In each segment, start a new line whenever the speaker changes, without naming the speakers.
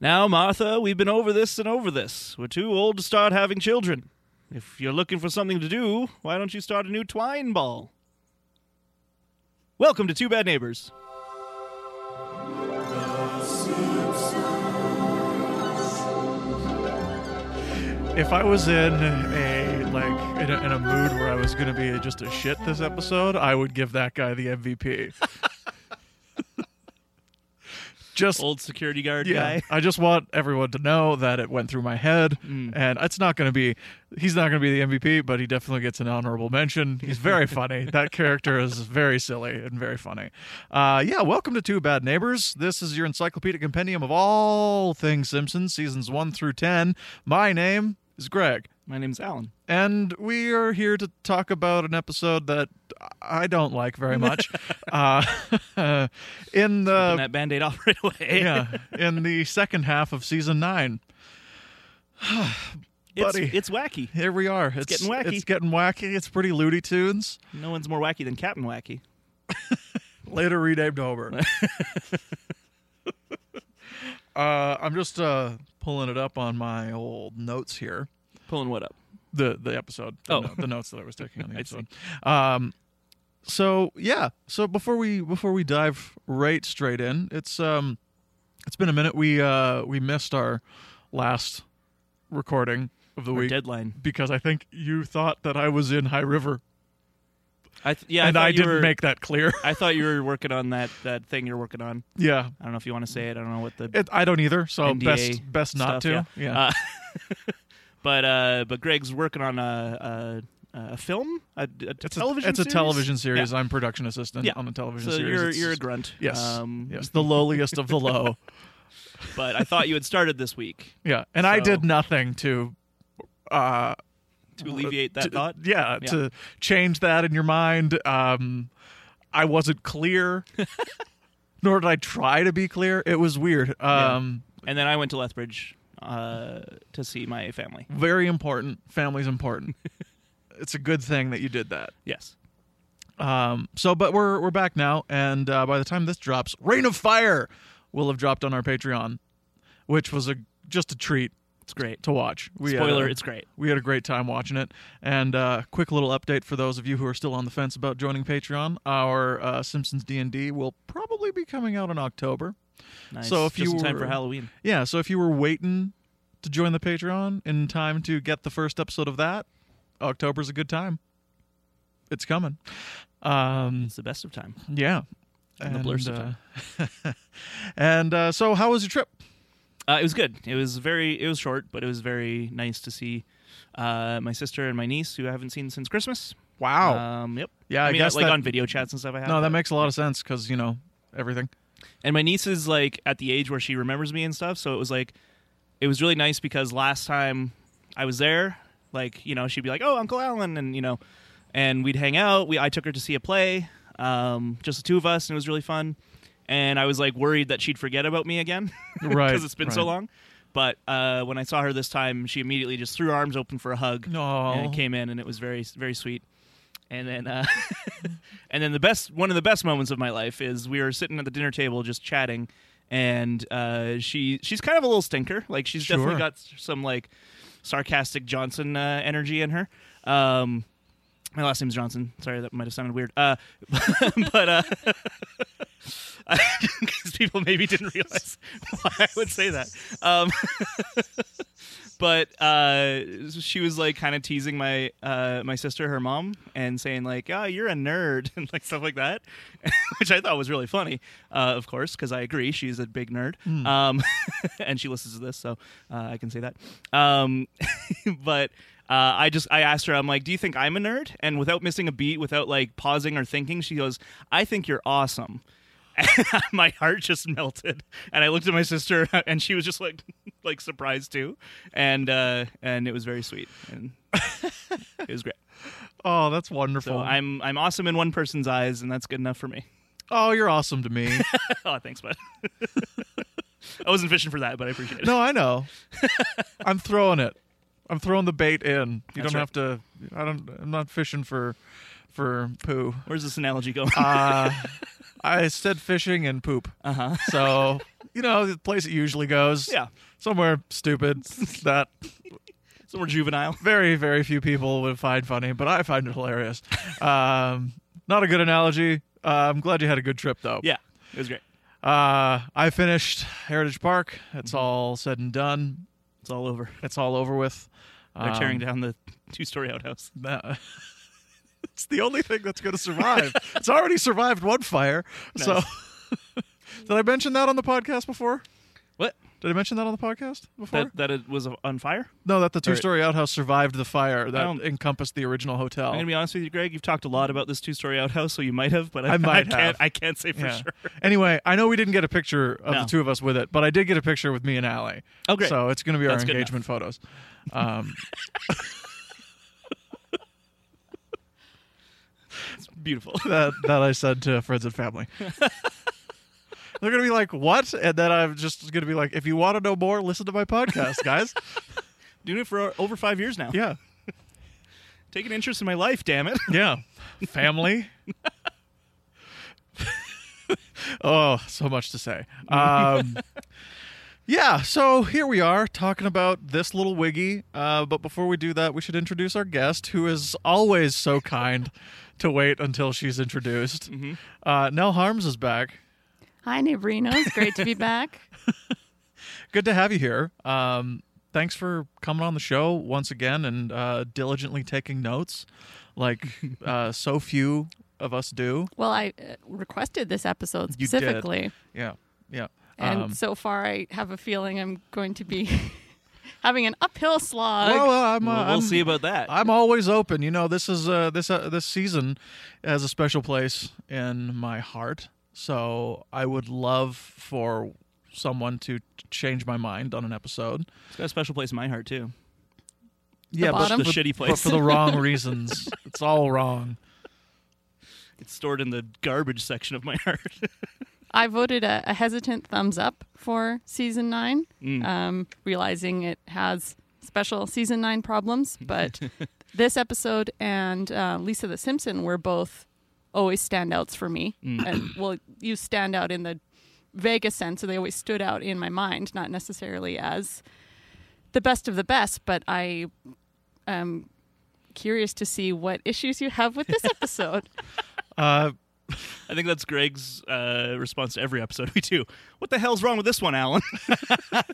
Now, Martha, we've been over this and over this. We're too old to start having children. If you're looking for something to do, why don't you start a new twine ball? Welcome to Two Bad Neighbors.
If I was in a like in a, in a mood where I was going to be just a shit this episode, I would give that guy the MVP. just
Old security guard
yeah,
guy.
I just want everyone to know that it went through my head, and it's not going to be. He's not going to be the MVP, but he definitely gets an honorable mention. He's very funny. That character is very silly and very funny. Uh, yeah, welcome to Two Bad Neighbors. This is your encyclopedic compendium of all things Simpsons, seasons one through ten. My name is Greg.
My name's Alan.
And we are here to talk about an episode that I don't like very much. uh, in the
Put that band aid off right away.
yeah, in the second half of season nine.
it's,
buddy.
it's wacky.
Here we are. It's,
getting wacky.
It's getting wacky. It's pretty Looney Tunes.
No one's more wacky than Captain Wacky.
Later renamed Homer. uh, I'm just uh, pulling it up on my old notes here.
Pulling what up?
The the episode. The
Oh.
no- the notes that I was taking on the
I
episode. Um, so yeah. So before we before we dive right straight in, it's um, it's been a minute. We uh we missed our last recording of the
Or
week.
deadline.
because I think you thought that I was in High River,
I th- yeah,
and
I, thought
I
you
didn't
were-
make that clear.
I thought you were working on that that thing you're working on.
yeah,
I don't know if you want to say it. I don't know what the
it, I don't either. So
NDA
best best
stuff,
not to. Yeah,
Uh, but uh, but Greg's working on a a, a film, a, a
it's
television.
A, it's
series?
a television series. I'm production assistant
Yeah.
on the television
So
series.
you're
It's-
you're a grunt.
yes,
Um,
yes, the lowliest of the low.
But I thought you had started this week
Yeah, and I
So-
did nothing to. Uh,
to alleviate that
to-
thought.
yeah,
Yeah.
to change that in your mind. Um, I wasn't clear, nor did I try to be clear. It was weird.
Yeah.
Um,
And then I went to Lethbridge uh, to see my family.
very important. Family's important. it's a good thing that you did that.
Yes.
Um, so, but we're we're back now, and uh, by the time this drops, Rain of Fire will have dropped on our Patreon, which was a just a treat
It's great.
to watch. We uh, had
Spoiler,
a-
it's great.
we had a great time watching it. And uh, quick little update for those of you who are still on the fence about joining Patreon: our uh, Simpsons D and D will probably be coming out in October.
Nice.
So if
Just
you
in time
were-
for Halloween.
Yeah, so if you were waiting to join the Patreon in time to get the first episode of that, October's a good time. It's coming. Um,
It's the best of time.
yeah.
And the blurs of time.
uh, and uh, so, how was your trip?
Uh, it was good. It was very. It was short, but it was very nice to see uh, my sister and my niece, who I haven't seen since Christmas. Um, yep.
Yeah, I
mean,
guess
like
that-
on video chats and stuff. I have.
no, that
but-
makes a lot of sense because, you know, everything.
And my niece is like at the age where she remembers me and stuff. So it was like, it was really nice because last time I was there, like you know, she'd be like, "Oh, Uncle Alan," and you know, and we'd hang out. We I took her to see a play, um, just the two of us, and it was really fun. And I was like worried that she'd forget about me again,
Right,
Because it's been so
right.
long. But uh, when I saw her this time, she immediately just threw her arms open for a hug
No.
and came in, and it was very very sweet. And then, uh, and then the best one of the best moments of my life is we were sitting at the dinner table just chatting, and uh, she she's kind of a little stinker. Like she's definitely
Sure.
got s- some like sarcastic Johnson uh, energy in her. Um, my last name's Johnson. Sorry, that might have sounded weird. Uh, but uh, because people maybe didn't realize why I would say that. Um, but uh, she was like kind of teasing my uh, my sister, her mom, and saying like, "Oh, you're a nerd," and like stuff like that, which I thought was really funny, uh, of course, because I agree she's a big nerd, um, and she listens to this, so uh, I can say that. Um, but. Uh, I just I asked her I'm like do you think I'm a nerd and without missing a beat without like pausing or thinking she goes I think you're awesome and my heart just melted and i looked at my sister and she was just like like surprised too and uh and it was very sweet and it was great
Oh, that's wonderful.
so i'm i'm awesome in one person's eyes and that's good enough for me
oh, you're awesome to me.
oh thanks bud i wasn't fishing for that but i appreciate it
no, I know. I'm throwing it. I'm throwing the bait in. You
That's
don't have to. I don't. I'm not fishing for, for poo.
where's this analogy going
Uh, I said fishing and poop.
uh-huh
So you know, the place it usually goes.
Yeah.
Somewhere stupid that
Somewhere juvenile.
very, very few people would find funny, but I find it hilarious. Um, not a good analogy. Uh, I'm glad you had a good trip, though.
Yeah, it was great.
Uh, I finished Heritage Park.
Mm-hmm.
It's all said and done.
It's all over.
It's all over with.
They're
Um,
tearing down the two-story outhouse.
that- it's the only thing that's going to survive. it's already survived one fire. So, did I mention that on the podcast before?
What?
Did I mention that on the podcast before?
That that it was on fire?
no, that the two-story outhouse survived the fire that
don't-
encompassed the original hotel.
I'm gonna be honest with you, Greg. You've talked a lot about this two-story outhouse, so you might have, but I,
Oh. I might
I
have.
can't. I can't say for
Yeah.
sure.
Anyway, I know we didn't get a picture of
No.
the two of us with it, but I did get a picture with me and Allie.
Oh, great.
So it's going to be
That's
our
good enough.
engagement photos. Um,
It's beautiful.
that that I said to friends and family. They're gonna be like, "What?" And then I'm just gonna be like, "If you want to know more, listen to my podcast, guys."
Doing it for over five years now.
yeah,
Take an interest in my life, damn it.
yeah, family. oh, so much to say. Um, yeah, so here we are talking about this little wiggy. Uh, but before we do that, we should introduce our guest, who is always so kind to wait until she's introduced. Uh, Nell Harms is back.
Hi, Nebrino. It's great to be back.
good to have you here. Um, thanks for coming on the show once again and uh, diligently taking notes, like uh, so few of us do.
Well, I uh, requested this episode
You did.
specifically,
Yeah, yeah.
and
Um,
so far I have a feeling I'm going to be having an uphill slog.
well, well, I'm, uh,
Well, we'll
I'm-
see about that.
I'm always open. You know, this is uh, this uh, this season has a special place in my heart. So I would love for someone to t- change my mind on an episode.
It's got a special place in my heart too.
yeah, but,
bottom?
The
But-
shitty
but
place.
for the wrong reasons. It's all wrong.
it's stored in the garbage section of my heart.
I voted a, a hesitant thumbs up for season nine, um, realizing it has special season nine problems. But this episode and uh, Lisa the Simpson were both always standouts for me. And well, you stand out in the vaguest sense, so they always stood out in my mind, not necessarily as the best of the best, but I am curious to see what issues you have with this episode.
Uh,
I think that's Greg's uh, response to every episode we do. What the hell's wrong with this one, Alan? what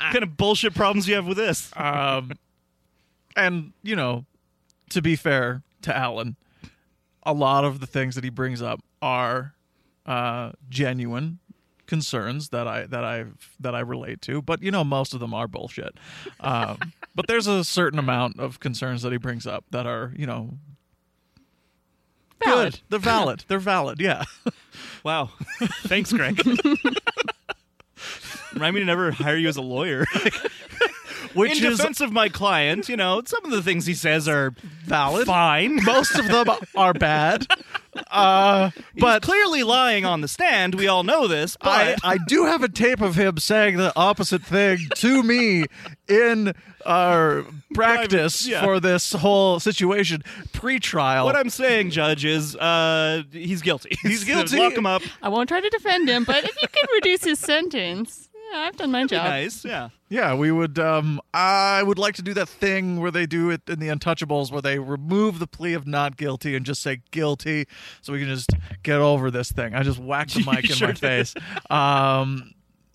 kind of bullshit problems do you have with this?
Um, and you know, to be fair to Alan, a lot of the things that he brings up are uh, genuine concerns that I that I that I relate to. But you know, most of them are bullshit. Um, but there's a certain amount of concerns that he brings up that are you know
Valid.
good. They're valid. They're valid. Yeah.
Wow. Thanks, Greg. Remind me to never hire you as a lawyer.
Which
in
is
defense of my client, you know, some of the things he says are
valid.
fine,
Most of them are bad. Uh,
but
but
clearly lying on the stand. We all know this,
I,
but
I do have a tape of him saying the opposite thing to me in our practice
yeah.
for this whole situation pre-trial.
what I'm saying, Judge, is uh, he's guilty.
He's guilty.
Lock him up.
I won't try to defend him, but if you can reduce his sentence, yeah, I've done my
Be
job.
nice, yeah.
yeah, we would. Um, I would like to do that thing where they do it in the Untouchables, where they remove the plea of not guilty and just say guilty, so we can just get over this thing. I just whacked the
You
mic in
sure
my
did.
face. Um,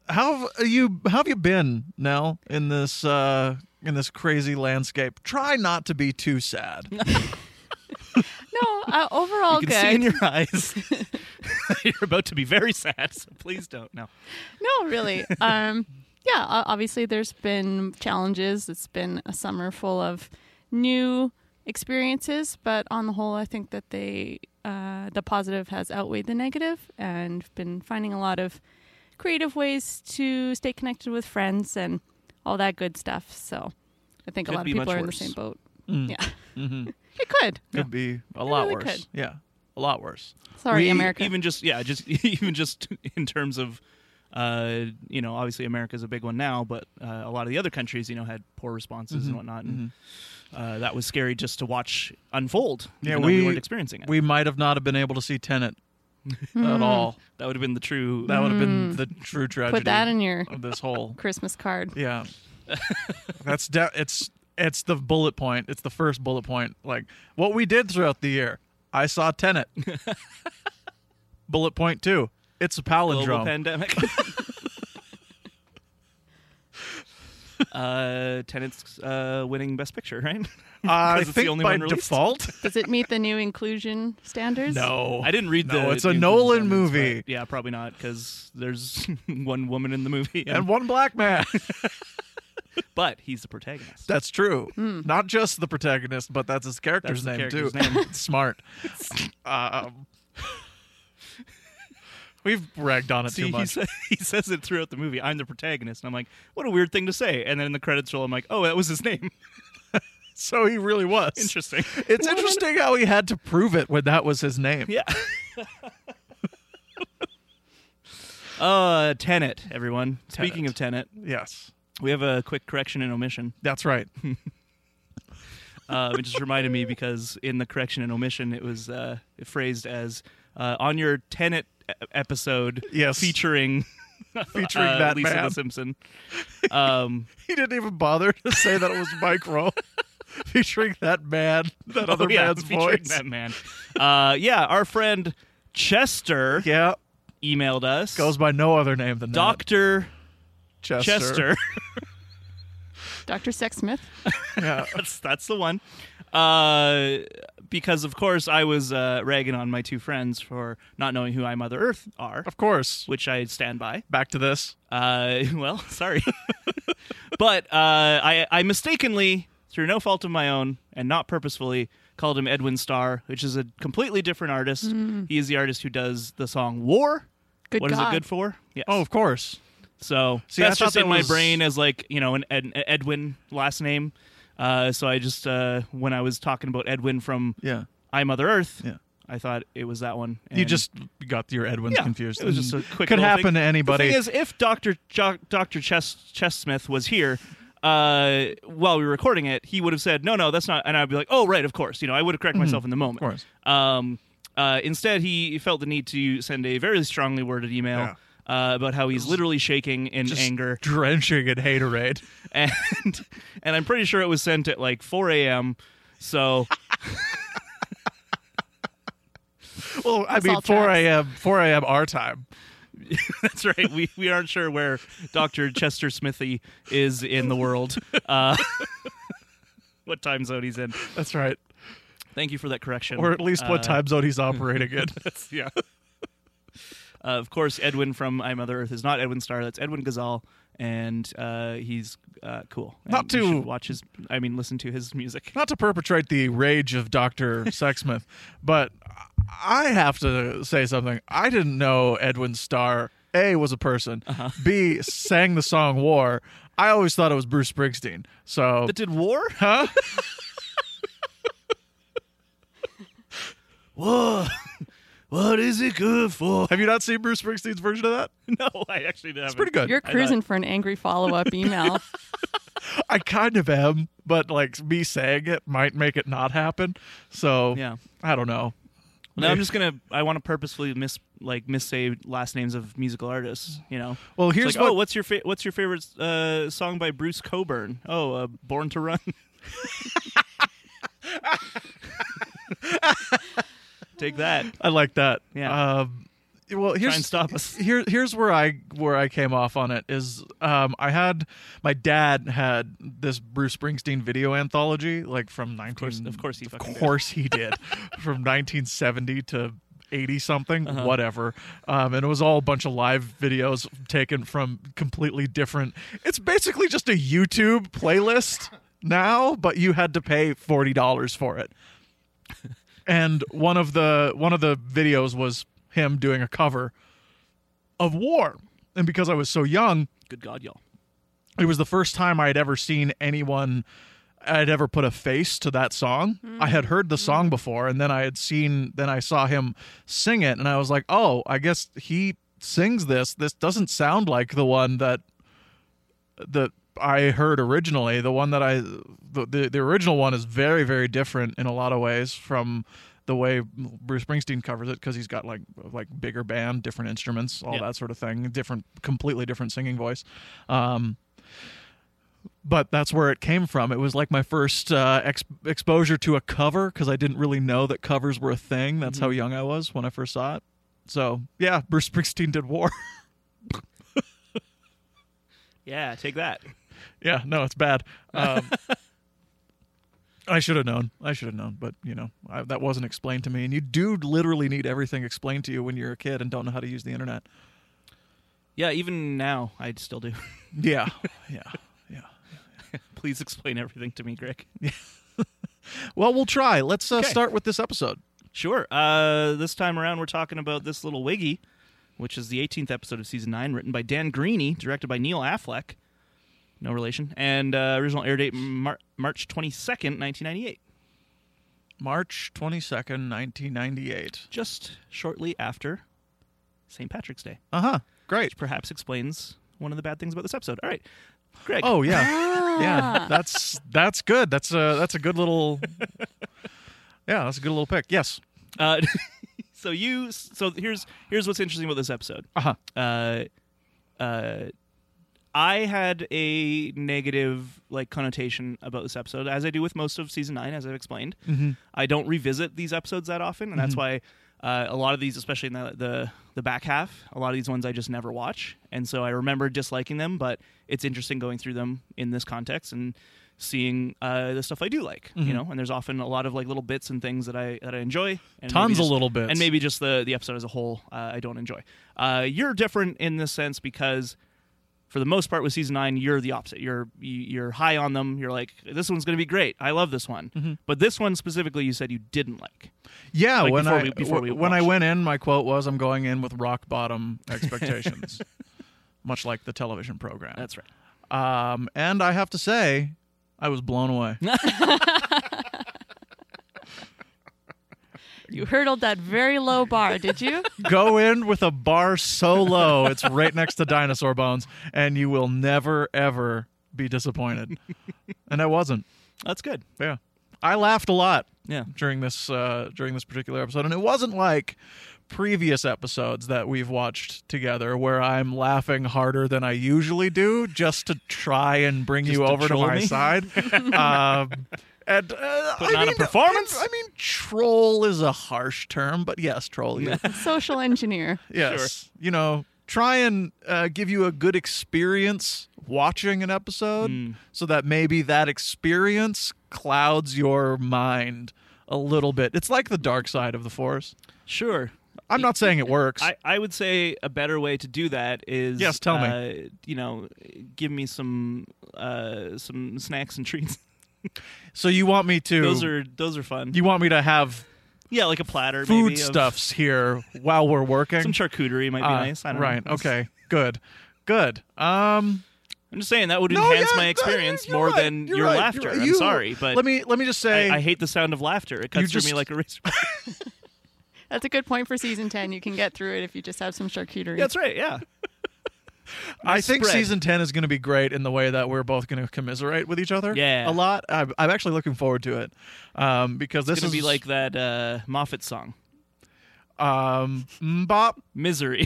how have you? How have you been, Nell, in this? Uh, in this crazy landscape, try not to be too sad.
No, uh, overall
You can
good.
see in your eyes you're about to be very sad. So please don't. No,
no, really. Um, yeah, o- obviously there's been challenges. It's been a summer full of new experiences, but on the whole, I think that they uh, the positive has outweighed the negative, and been finding a lot of creative ways to stay connected with friends and all that good stuff. So, I think
Could
a lot of
be
people
much
are in the
worse. Mm-hmm.
same boat.
Mm.
Yeah, it could.
Could be a lot
really
worse.
could.
Yeah, a lot worse.
Sorry,
We-
America.
Even just yeah, just even just in terms of. Uh, you know, obviously America's a big one now, but uh, a lot of the other countries, you know, had poor responses
Mm-hmm.
and whatnot, and uh, that was scary just to watch unfold.
Yeah,
even though
we-
weren't experiencing it.
We might have not have been able to see Tenet at all.
That would have been the true.
That would have been the true tragedy
Hmm. Put that in your
of this whole.
Christmas card.
Yeah, that's de- it's it's the bullet point. It's the first bullet point. Like what we did throughout the year. I saw Tenet. bullet point two. It's a
global
palindrome.
pandemic. uh, Tenet's uh, winning Best Picture, right?
I
it's the
think
only
by
one released.
default.
Does it meet the new inclusion standards?
No,
I didn't read
No,
the.
it's a
the
Nolan
inclusion standards,
movie.
but Yeah, probably not because there's one woman in the movie,
and
and,
one black man.
but he's the protagonist.
That's true. Not just the protagonist, but that's his character's
That's the
name
character's
too. Smart. um, we've ragged on it
See,
too
he,
much.
sa- he says it throughout the movie. I'm the protagonist, and I'm like, what a weird thing to say. And then in the credits roll, I'm like, oh, that was his name.
so he really was.
Interesting.
It's interesting how he had to prove it when that was his name.
Yeah. uh, Tenet, everyone. Speaking of Tenet,
Yes,
we have a quick correction and omission,
that's right.
Hmm. uh, which just reminded me because in the correction and omission, it was uh, phrased as uh, on your Tenet e- episode
Yes.
featuring,
Featuring
uh,
that
Lisa
man.
the Simpson. Um,
He didn't even bother to say that it was Mike Rowe. Featuring that man, that other
oh, yeah,
man's
featuring
voice.
that man. Uh, yeah, our friend Chester
Yeah,
emailed us.
goes by no other name than that.
Dr.
Chester.
Chester.
Dr. Sexsmith?
Yeah.
that's that's the one. Uh, because of course I was uh, ragging on my two friends for not knowing who I Mother Earth are,
Of course.
which I stand by.
Back to this.
Uh, well, sorry, but uh, I I mistakenly, through no fault of my own and not purposefully, called him Edwin Starr, which is a completely different artist. He is the artist who does the song War.
Mm. Good
What is
God.
it good for? Yes.
Oh, of course.
So
See, I
that's
thought
just
that
in my
was-
brain as like you know an, Ed, Edwin last name. Uh, so I just uh, when I was talking about Edwin from
Yeah.
I Mother Earth,
Yeah.
I thought it was that one.
You
and-
just got your Edwins
Yeah,
confused.
it was just a
And
quick
Could
little
happen
thing.
to anybody.
The thing is, if Doctor jo- Doctor Chess Chessmith was here. Uh, while we were recording it, he would have said, "No, no, that's not," and I'd be like, "Oh, right, of course." You know, I would have corrected myself in the moment.
Mm-hmm. course.
Um, uh, instead, he felt the need to send a very strongly worded email uh, about how he's literally shaking in
Just
anger.
drenching in haterade.
and and I'm pretty sure it was sent at like 4 a.m. So
Well, I
That's
mean,
all
4
tracks.
a.m. 4 a.m. our time.
that's right. We we aren't sure where Doctor Chester Smithy is in the world. Uh, what time zone he's in?
That's right.
Thank you for that correction.
Or at least what
Uh,
time zone he's operating in.
Yeah. Uh, of course, Edwin from I Mother Earth is not Edwin Starr. That's Edwin Gazal, and uh, he's uh, cool. And
Not
you
to-
should watch his. I mean, listen to his music.
Not to perpetrate the rage of Dr. Sexsmith, but I have to say something. I didn't know Edwin Starr, A, was a person,
Uh-huh.
B, sang the song War. I always thought it was Bruce Springsteen. So,
That did war?
huh?
Whoa. What is it good for?
Have you not seen Bruce Springsteen's version of that?
No, I actually didn't.
It's pretty good.
You're cruising for an angry follow up email.
I kind of am, but like me saying it might make it not happen. So
Yeah.
I don't know.
No, I'm just gonna. I want to purposefully miss like missay last names of musical artists. You know.
Well,
It's
here's
like,
what.
oh, what's your fa- what's your favorite uh, song by Bruce Coburn? Oh, uh, Born to Run. Take that.
I like that.
Yeah.
Um, well, here's
and stop us.
Here, here's where I where I came off on it is um, I had my dad had this Bruce Springsteen video anthology like from nineteen.
course- of course he
of
fucking did.
course he did from 1970 to. 80 something,
Uh-huh.
whatever. Um, and it was all a bunch of live videos taken from completely different. It's basically just a YouTube playlist now, but you had to pay $40 for it and one of the one of the videos was him doing a cover of war and because i was so young
Good God, y'all.
it was the first time i had ever seen anyone i'd ever put a face to that song i had heard the song before and then i had seen then i saw him sing it and i was like oh i guess he sings this this doesn't sound like the one that that I heard originally, the one that I the, the the original one is very very different in a lot of ways from the way Bruce Springsteen covers it because he's got like like bigger band, different instruments, all
Yeah.
that sort of thing, different, completely different singing voice. Um, but that's where it came from. It was like my first uh, ex- exposure to a cover because I didn't really know that covers were a thing. That's how young I was when I first saw it. So yeah, Bruce Springsteen did War.
Yeah, take that.
yeah, no, it's bad. Um, I should have known. I should have known, but you know I, that wasn't explained to me. And you do literally need everything explained to you when you're a kid and don't know how to use the internet.
Yeah, even now I still do.
Yeah, yeah, yeah.
Please explain everything to me, Greg.
Well, we'll try. Let's uh,
Okay.
start with this episode.
Sure. Uh, this time around, we're talking about this little Wiggy, which is the 18th episode of season nine, written by Dan Greeny, directed by Neil Affleck, no relation, and uh, original air date Mar- March 22nd, 1998,
March twenty second, nineteen ninety eight.
just shortly after St. Patrick's Day.
Uh huh. Great.
Perhaps explains one of the bad things about this episode. All right, Greg.
Oh yeah. yeah
Ah.
that's that's good that's a that's a good little yeah that's a good little pick yes
Uh, so you. So here's here's what's interesting about this episode.
uh-huh
uh, uh, I had a negative like connotation about this episode, as I do with most of season nine, as I've explained.
Mm-hmm.
I don't revisit these episodes that often, and that's why uh, a lot of these, especially in the, the the back half, a lot of these ones I just never watch, and so I remember disliking them. But it's interesting going through them in this context and seeing uh, the stuff I do like,
Mm-hmm.
you know. And there's often a lot of like little bits and things that I that I enjoy. And
Tons
maybe
of
just-
little bits.
and maybe maybe just the the episode as a whole uh, I don't enjoy. Uh, you're different in this sense because for the most part with season 9 you're the opposite. You're you, you're high on them. You're like this one's going to be great. I love this one. But this one specifically you said you didn't like.
yeah
Like,
when
before
i
we- before we
when i
watched.
went in my quote was i'm going in with rock bottom expectations much like the television program
That's right.
um and i have to say i was blown away
You hurdled that very low bar, did you?
go in with a bar so low it's right next to dinosaur bones and you will never ever be disappointed and i wasn't
That's good.
yeah i laughed a lot
Yeah.
during this uh, during this particular episode, and it wasn't like previous episodes that we've watched together where I'm laughing harder than I usually do just to try and bring
Just
you
to
over to
troll
my
me?
side. um, and uh,
Putting
I
on a
mean,
performance?
I, I mean, troll is a harsh term, but yes, troll you.
Social engineer.
yes, you know. Try and uh, give you a good experience watching an episode
Hmm.
so that maybe that experience clouds your mind a little bit. It's like the dark side of the force.
Sure.
I'm not saying it works.
I, I would say a better way to do that is
Yes, tell me.
uh, you know give me some uh, some snacks and treats.
so you want me to
those are those are fun.
you want me to have
yeah, like a platter
food
maybe of-
stuffs here while we're working?
Some charcuterie might be
Uh,
nice. I don't
right.
know.
Okay. Good. Good. Um
I'm just saying that would
no,
enhance
yeah,
my
no,
experience
you're
more
right,
than
you're
your
right,
laughter.
you're right.
I'm
You-
sorry, but
Let me let me just say
I, I hate the sound of laughter. It
You
cuts through
just-
me like a razor.
That's a good point for season 10. You can get through it if you just have some charcuterie.
That's right. Yeah.
I think
spread.
season 10 is going to be great in the way that we're both going to commiserate with each other.
Yeah.
A lot. I'm, I'm actually looking forward to it um, because
It's gonna
this is
be like that uh, Moffat song,
um, Mbop.
"Misery."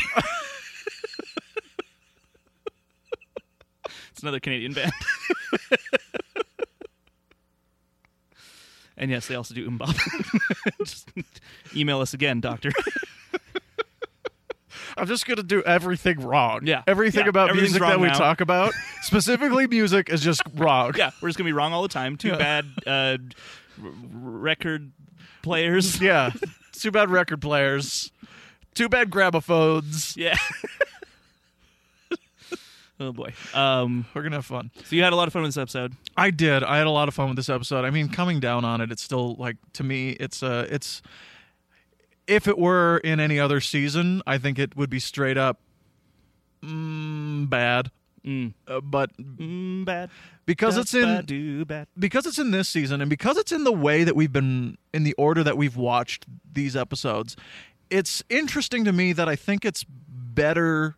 it's another Canadian band. and yes, they also do umbop. just email us again, Doctor.
I'm just going to do everything wrong.
Yeah.
Everything
Yeah.
about
Everything's
music that
wrong
we
now.
talk about, specifically music, is just wrong.
yeah, we're just gonna be wrong all the time. Too
Yeah.
bad uh, r- r- record players.
Yeah. Too bad record players. Too bad gramophones.
Yeah. oh boy. Um.
We're going to have fun.
So you had a lot of fun with this episode.
I did. I had a lot of fun with this episode. I mean, coming down on it, it's still like to me, it's uh, it's if it were in any other season, I think it would be straight up mm, bad.
Mm.
Uh, but
Mm, bad.
because it's in
do bad.
because it's in this season and because it's in the way that we've been in the order that we've watched these episodes it's interesting to me that i think it's better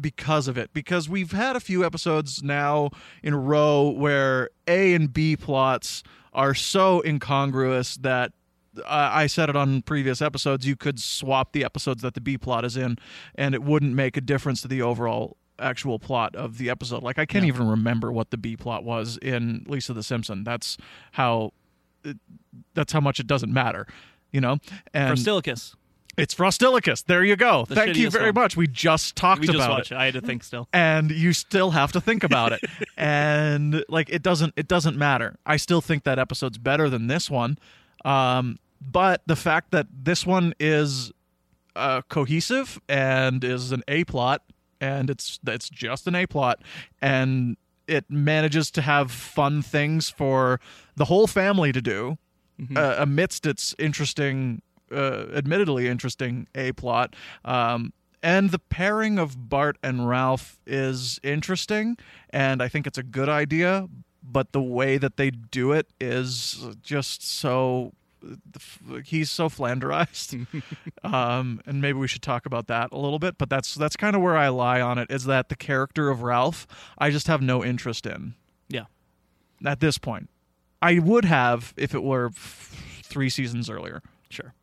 because of it because we've had a few episodes now in a row where a and b plots are so incongruous that uh, I said it on previous episodes. You could swap the episodes that the B plot is in, and it wouldn't make a difference to the overall actual plot of the episode. Like I can't even remember what the B plot was in Lisa the Simpson. That's how. It, that's how much it doesn't matter, you know. And
Brustilicus.
it's Frostilicus. There you go.
The
Thank you
shittiest
very
one.
much. We just talked
We just
about it
watched it. I had to think still.
and you still have to think about it and like it doesn't it doesn't matter i still think that episode's better than this one um but the fact that this one is uh cohesive and is an a plot and it's it's just an a plot and it manages to have fun things for the whole family to do uh, amidst its interesting, uh, admittedly interesting a plot. Um, and the pairing of Bart and Ralph is interesting, and I think it's a good idea. But the way that they do it is just so. uh, He's so flanderized, um, and maybe we should talk about that a little bit. But that's that's kind of where I lie on it. Is that the character of Ralph? I just have no interest in
Yeah.
at this point. I would have if it were f- three seasons earlier.
Sure.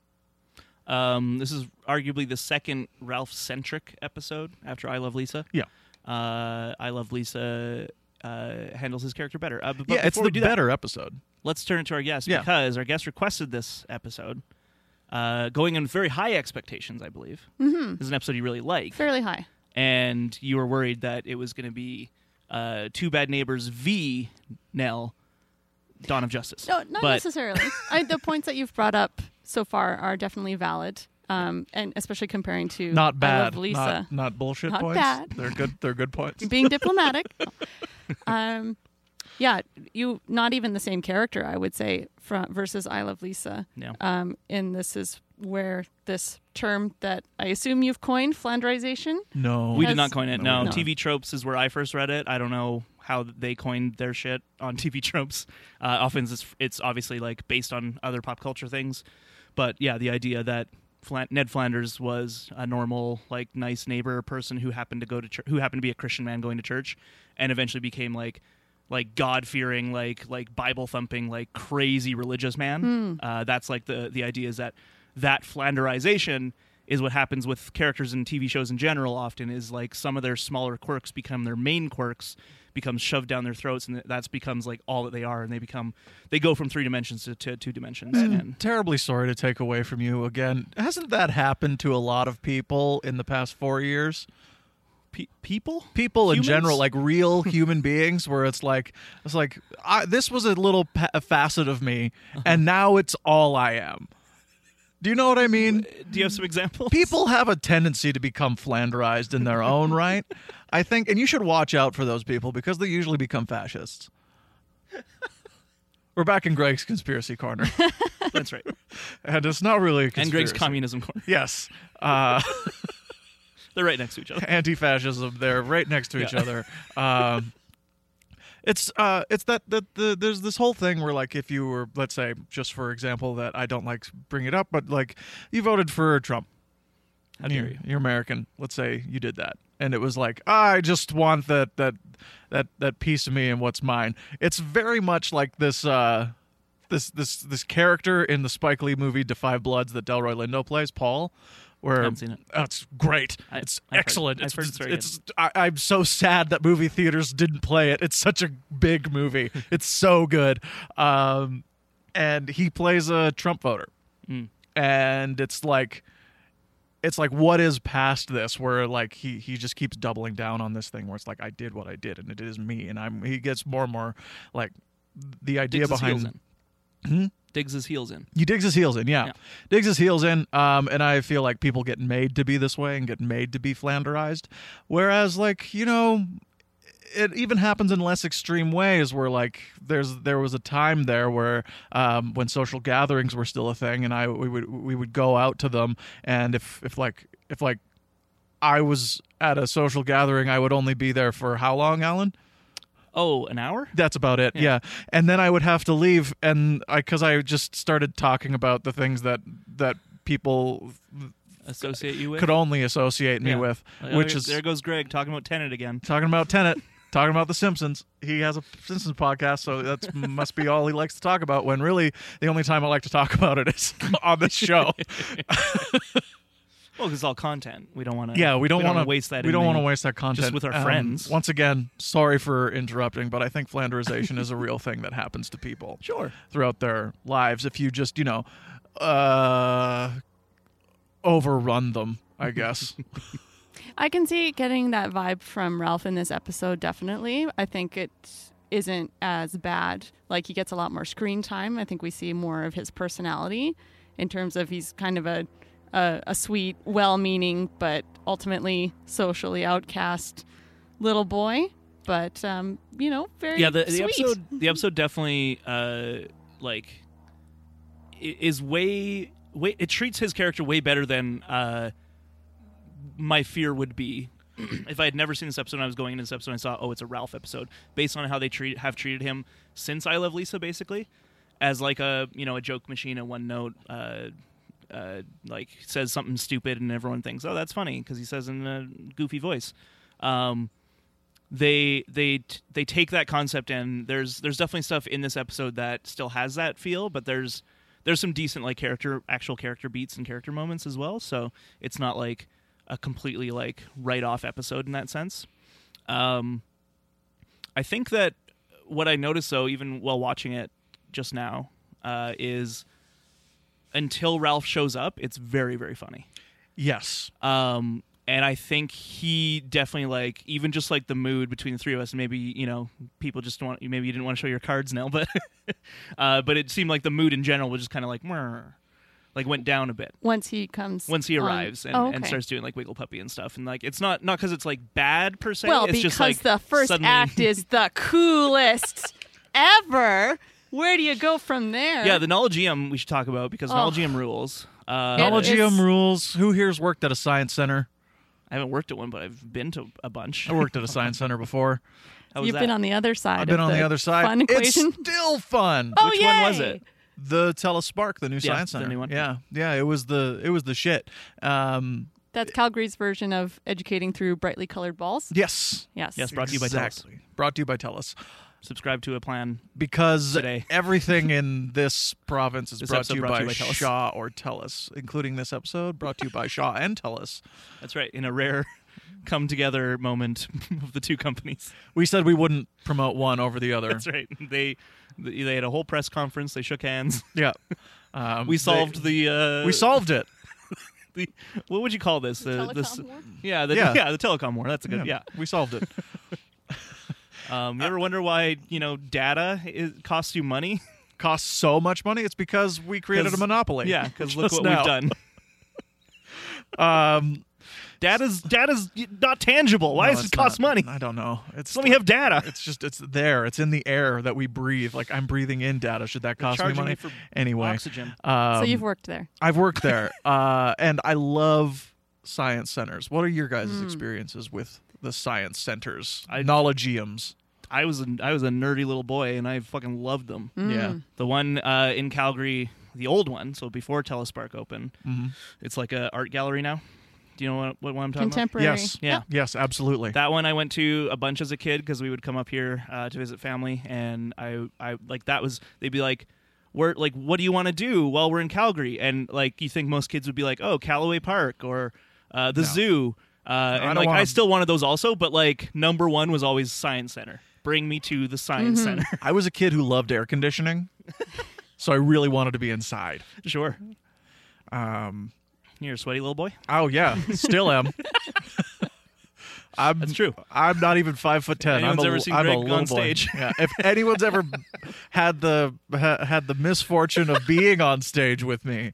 Um, this is arguably the second Ralph centric episode after I Love Lisa.
Yeah.
Uh, I Love Lisa uh, handles his character better. Uh, but but
yeah, it's
before
the
we do that,
better episode.
let's turn to our guest
Yeah.
because our guest requested this episode, uh, going in very high expectations, I believe. Mm-hmm. This is an episode you really like,
Fairly high.
and you were worried that it was going to be uh, Two Bad Neighbors v. Nell, Dawn of Justice.
No,
But-
not necessarily. I, the points that you've brought up so far are definitely valid, um, and especially comparing to
Not
I
bad.
Love Lisa.
Not, not bullshit
Not
points.
bad.
They're good. They're good points.
being diplomatic. um, yeah, you not even the same character, I would say, from versus I Love Lisa.
Yeah.
Um, and this is where this term that I assume you've coined, flanderization.
No,
We
Has-
did not coin it.
No,
No,
we
did
TV tropes is where I first read it. I don't know how they coined their shit on TV tropes. Uh, often it's, it's obviously like based on other pop culture things, but yeah, the idea that Flan- Ned Flanders was a normal, like, nice neighbor person who happened to go to church, who happened to be a Christian man going to church, and eventually became like. Like God fearing, like like Bible thumping, like crazy religious man. Uh, that's like the the idea is that that flanderization is what happens with characters in TV shows in general often is like some of their smaller quirks become their main quirks becomes shoved down their throats and that's becomes like all that they are and they become they go from three dimensions to, to two dimensions and
terribly sorry to take away from you again. Hasn't that happened to a lot of people in the past four years?
pe- people
People
Humans?
in general, like real human beings, where it's like it's like I, this was a little pa- a facet of me, and now it's all I am. Do you know what I mean?
do you have some examples
people have a tendency to become flanderized in their own right. I think, and you should watch out for those people because they usually become fascists. We're back in Greg's conspiracy corner,
that's right
and it's not really a
and
conspiracy.
Greg's communism corner
Yes, uh,
they're right next to each other
anti-fascism. They're right next to each other. Um, it's uh, it's that that the there's this whole thing where like if you were let's say just for example that I don't like bring it up, but like you voted for Trump,
how dare
you're,
you
are American. Let's say you did that, and it was like, "Ah, I just want that that that that piece of me and what's mine. It's very much like this uh, this this this character in the Spike Lee movie Defy Bloods that Delroy Lindo plays, Paul. Where
haven't seen it.
Oh, it's great.
I-
it's
I've heard-
excellent.
I've
it's
heard it's very
it's I, I'm so sad that movie theaters didn't play it. It's such a big movie. it's so good. Um, and he plays a Trump voter,
Hmm.
and it's like it's like what is past this where like he he just keeps doubling down on this thing where it's like i did what i did and it is me and i'm he gets more and more like the idea
digs his
behind Hmm?
heels in digs his heels in
he digs his heels in yeah.
Yeah.
digs his heels in um and i feel like people get made to be this way and get made to be flanderized whereas like you know it even happens in less extreme ways where like there's there was a time there where um, when social gatherings were still a thing and i we would we would go out to them and if if like if like i was at a social gathering i would only be there for how long alan
oh an hour
that's about it. Yeah. And then I would have to leave and I cuz I just started talking about the things that that people
associate you with
could only associate me
Yeah.
with,
Like, oh,
which
there-
is
there goes Greg talking about Tenet again
talking about Tenet. talking about The Simpsons. He has a Simpsons podcast, so that must be all he likes to talk about. When really, the only time I like to talk about it is on this show.
Well, 'cause it's all content. We don't want to.
Yeah, we don't want to
waste that.
We
in
don't
the-
want to waste that content
with our
Um,
friends.
Once again, sorry for interrupting, but I think flanderization is a real thing that happens to people
Sure.
throughout their lives if you just you know uh, overrun them. I guess.
I can see getting that vibe from Ralph in this episode, definitely. I think it isn't as bad. Like, he gets a lot more screen time. I think we see more of his personality in terms of he's kind of a, a, a sweet, well meaning, but ultimately socially outcast little boy. But, um, you know, very
yeah the,
sweet.
the episode the episode definitely uh like i- is way way it treats his character way better than uh my fear would be if I had never seen this episode, and I was going into this episode and I saw, oh, it's a Ralph episode, based on how they treat have treated him since I Love Lisa, basically, as like a you know a joke machine, a one note, uh, uh, like says something stupid and everyone thinks, oh, that's funny because he says in a goofy voice. Um, they they t- they take that concept and there's there's definitely stuff in this episode that still has that feel, but there's there's some decent like character actual character beats and character moments as well. So it's not like a completely like write off episode in that sense. Um, I think that what I noticed though, even while watching it just now, uh, is until Ralph shows up, it's very very funny.
yes.
Um, and I think he definitely like even just like the mood between the three of us. and Maybe you know people just don't want maybe you didn't want to show your cards now, but uh, but it seemed like the mood in general was just kind of like "Mer," like went down a bit
Once he comes.
once he
on-
arrives and,
Oh,
and
okay.
starts doing like wiggle puppy and stuff. And like it's not not because it's like bad per se.
Well,
it's
because
just like
the first
suddenly-
act is the coolest ever. Where do you go from there?
yeah, the Nologium we should talk about because
Oh.
Nologium rules. Uh,
It is-
Ologium rules. Who here's worked at a science center?
I haven't worked at one, but I've been to a bunch.
I worked at a science center before.
How was
You've
that?
been on the other side.
I've been
of
on the, other side.
Fun equation.
It's still fun.
oh
Which
yay!
one was it?
The Telespark, the new
Yeah,
science
the
center.
new one.
Yeah, yeah. It was the it was the shit. Um,
That's Calgary's version of educating through brightly colored balls.
yes.
Yes.
Yes, brought to you by Telus.
Exactly. Brought to you by Telus.
Subscribe to a plan.
Because
Today.
everything in this province is
This
brought
episode
to you
brought
by,
to you by Telus.
Shaw or Telus, including this episode brought to you by Shaw and Telus.
That's right. In a rare come together moment of the two companies.
We said we wouldn't promote one over the other.
That's right. They they had a whole press conference. They shook hands.
Yeah. Um,
We
they-
solved the. Uh,
we solved it.
the. What would you call this? Uh,
The telecom
this-
war?
Yeah, the, yeah.
Yeah.
The telecom war. That's a good. Yeah.
We solved it.
Um, you ever wonder why you know data is, costs you money?
Costs so much money. It's because we created a
'Cause-
monopoly.
Yeah, because look
Just
what
now.
we've done.
Um,
Data's data's not tangible. Why
No,
does it
it's
cost
not.
money?
I don't know. It's
Let me have data.
It's just it's there. It's in the air that we breathe. Like I'm breathing in data. Should that cost me
charging
money?
you for
anyway,
Oxygen.
Um,
so you've worked there.
I've worked there, uh, and I love science centers. What are your guys' experiences with the science centers? Knowledgeums.
I was an, I was a nerdy little boy, and I fucking loved them.
Yeah.
The one uh, in Calgary, the old one, so before Telespark opened, it's like a art gallery now. Do you know what, what one I'm talking
Contemporary.
Yes.
about? Yeah.
Yes. Absolutely.
That one I went to a bunch as a kid because we would come up here uh, to visit family, and I, I like that was they'd be like, "We're like, what do you want to do while we're in Calgary?" And like, you think most kids would be like, "Oh, Callaway Park or uh, the
No.
zoo," uh, and
don't
like
wanna-
I still wanted those also, but like number one was always Science Center. Bring me to the Science Center.
I was a kid who loved air conditioning, so I really wanted to be inside.
sure,
Um,
you're a sweaty little boy.
oh yeah, still am. I'm
That's true.
I'm not even five foot ten.
Anyone's
I'm a,
ever seen
am
Greg
a little
on
boy.
stage?
Yeah. If anyone's ever had the ha, had the misfortune of being on stage with me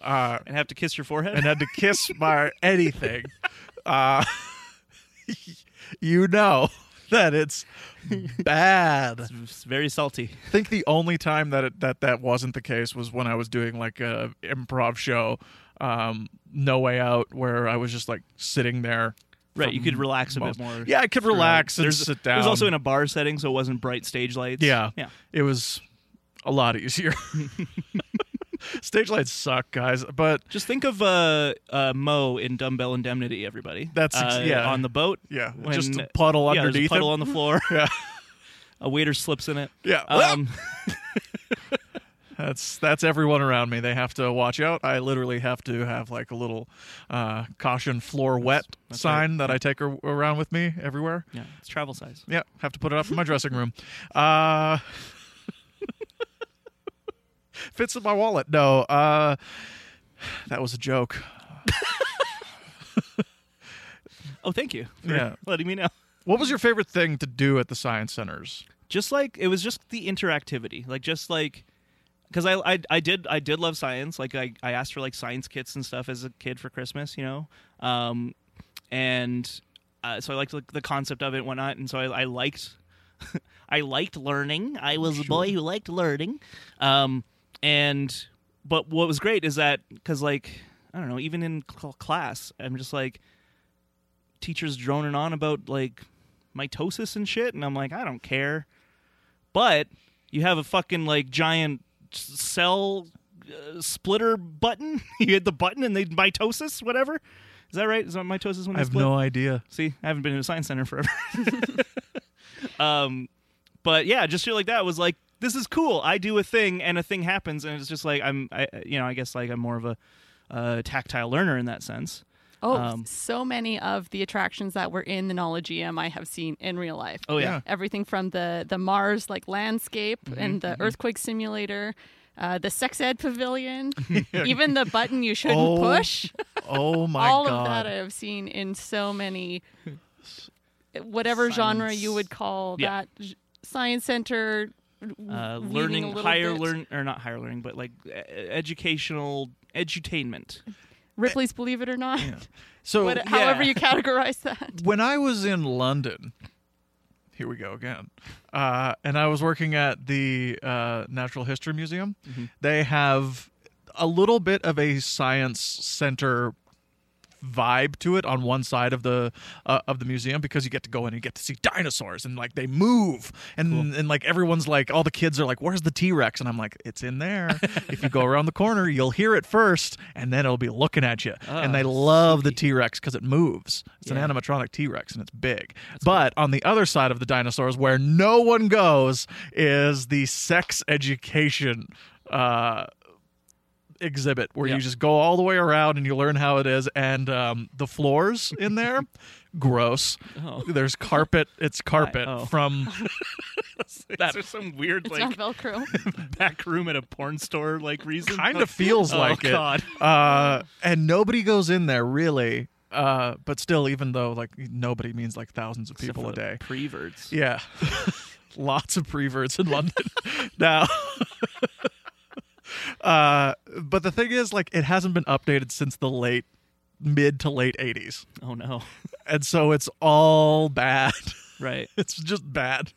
uh,
And have to kiss your forehead.
and had to kiss my anything, uh, you know that it's bad.
it's very salty.
I think the only time that it, that that wasn't the case was when I was doing like a improv show, um, No Way Out, where I was just like sitting there.
Right,
for
you could relax a bit
most-
more.
Yeah, I could
throughout.
relax and
there's,
sit
It
down.
was also in a bar setting, so it wasn't bright stage lights.
Yeah.
yeah.
it was a lot easier. Stage lights suck, guys. But
Just think of uh, uh, Mo in Dumbbell Indemnity, everybody.
That's ex-
uh,
yeah.
on the boat.
yeah,
When-
just a puddle
yeah, there's a
underneath
puddle
him.
on the floor.
yeah,
a waiter slips in it.
yeah.
Um,
That's that's everyone around me. They have to watch out. I literally have to have like a little uh, caution floor wet sign that I take ar- around with me everywhere.
yeah, it's travel size.
Yeah, have to put it up in my dressing room. Uh, fits in my wallet. No, uh, that was a joke.
Oh, thank you for
Yeah.
letting me know.
What was your favorite thing to do at the science centers?
just like it was just the interactivity like just like because I, I i did i did love science like I, I asked for like science kits and stuff as a kid for christmas you know um and uh, so i liked like, the concept of it and whatnot and so i, I liked i liked learning
Mm,
i was a boy who liked learning um and but what was great is that because like i don't know even in cl- class i'm just like teachers droning on about like mitosis and shit and i'm like i don't care but you have a fucking like giant s- cell uh, splitter button you hit the button and they mitosis whatever is that right is that mitosis when
I
they
have
split?
no idea.
See, I haven't been in a science center forever. um, but yeah, just shit like that was like, this is cool. I do a thing and a thing happens, and it's just like I'm, I, you know, I guess like I'm more of a uh, tactile learner in that sense.
Oh,
Um,
so many of the attractions that were in the Knowledgeum I have seen in real life.
Oh yeah, Mm-hmm,
Everything from the the Mars like landscape and the earthquake simulator, uh, the sex ed pavilion, even the button you shouldn't
Oh
push.
Oh my
All
god!
of that I have seen in so many, whatever genre you
Science.
would call
Yeah.
that j- science center. w-
uh,
leaning a
learning
little
higher
bit.
learn or not higher learning, but like e- educational edutainment.
Ripley's Believe It or Not.
so
What- However
yeah.
you categorize that.
when I was in London, here we go again, uh, and I was working at the uh, Natural History Museum, they have a little bit of a science center vibe to it on one side of the uh, of the museum because you get to go in and you get to see dinosaurs and like they move and and like everyone's like all the kids are like where's the T-Rex and I'm like it's in there if you go around the corner you'll hear it first and then it'll be looking at you and they love the T-Rex cuz it moves it's
Yeah.
an animatronic T-Rex and it's big but on the other side of the dinosaurs where no one goes is the sex education uh exhibit where
Yeah.
you just go all the way around and you learn how it is and um, the floors in there gross
Oh.
there's carpet it's carpet
oh.
from
There's some weird
It's
like
not Velcro.
back room at a porn store like reason.
kind of feels
Oh,
like
God.
it uh, and nobody goes in there really uh, but still even though like nobody means like thousands of people a day
Preverts.
yeah lots of preverts in london now uh, but the thing is like it hasn't been updated since the late mid to late 80s
Oh no.
and so it's all bad.
Right.
it's just bad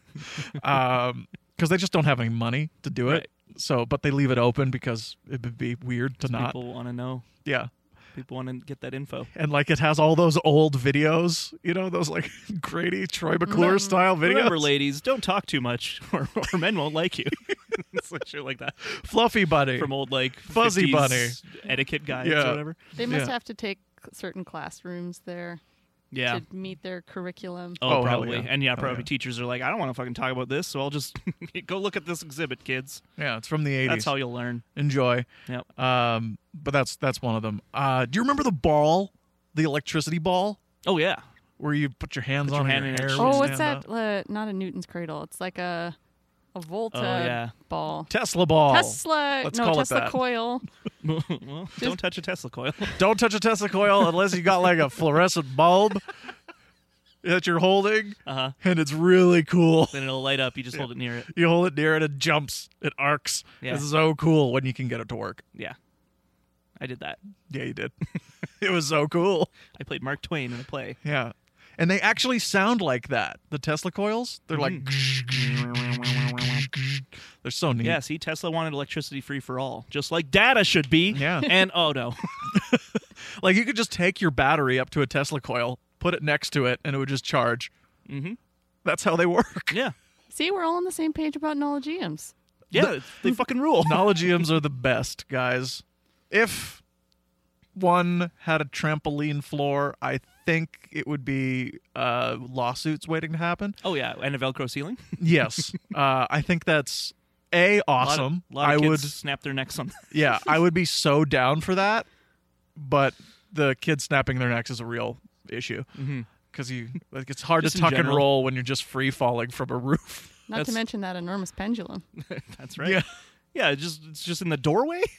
um because they just don't have any money to do it.
Right.
So, but they leave it open because it would be weird to not.
People want to know.
Yeah.
People want to get that info.
And like it has all those old videos, you know, those like Grady Troy McClure style videos.
Remember, ladies, don't talk too much, or, or men won't like you. it's like shit like that
Fluffy Buddy.
from old like 50s
Fuzzy bunny.
etiquette guys
Yeah.
or whatever.
They must
Yeah.
have to take certain classrooms there
Yeah.
to meet their curriculum.
Oh,
Oh,
hell
probably.
yeah.
And yeah,
Oh,
probably
yeah.
teachers are like, I don't want to fucking talk about this, so I'll just go look at this exhibit, kids.
yeah, it's from the 80s.
That's how you'll learn.
Enjoy.
Yep.
Um, but that's that's one of them. Uh, do you remember the ball, the electricity ball
Oh yeah.
where you put your hands
Put
on
your
and
hand in it.
your hair would
Oh, what's
stand
that?
up?
Uh, not a Newton's cradle. It's like a a Volta
Oh yeah.
ball.
Tesla ball.
Tesla.
Let's
no,
call it
Tesla
that.
coil.
well, don't touch a Tesla coil.
Don't touch a Tesla coil unless you got like a fluorescent bulb that you're holding,
Uh huh.
and it's really cool.
Then it'll light up. You just hold it near it.
You hold it near it, it jumps, it arcs.
Yeah.
It's so cool when you can get it to work.
Yeah. I did that.
Yeah, you did. it was so cool.
I played Mark Twain in a play.
Yeah. And they actually sound like that. The Tesla coils, they're
Mm-hmm.
like, they're so neat.
Yeah, see, Tesla wanted electricity free for all, just like data should be.
Yeah.
And oh no,
Like you could just take your battery up to a Tesla coil, put it next to it, and it would just charge. Mm-hmm. That's how they work.
yeah,
See, we're all on the same page about knowledgeums.
Yeah, they fucking rule.
Technologiums are the best, guys. If one had a trampoline floor, I think it would be uh, lawsuits waiting to happen.
Oh yeah, and a Velcro ceiling.
Yes, uh, I think that's a awesome.
A lot of, lot of
I
kids
would,
snap their necks on. that.
yeah, I would be so down for that. But the kids snapping their necks is a real issue because you like it's hard
Just
to
in
tuck and
general.
roll when you're just free falling from a roof.
Not to
That's-
mention that enormous pendulum.
That's right.
Yeah.
yeah. It just it's just in the doorway.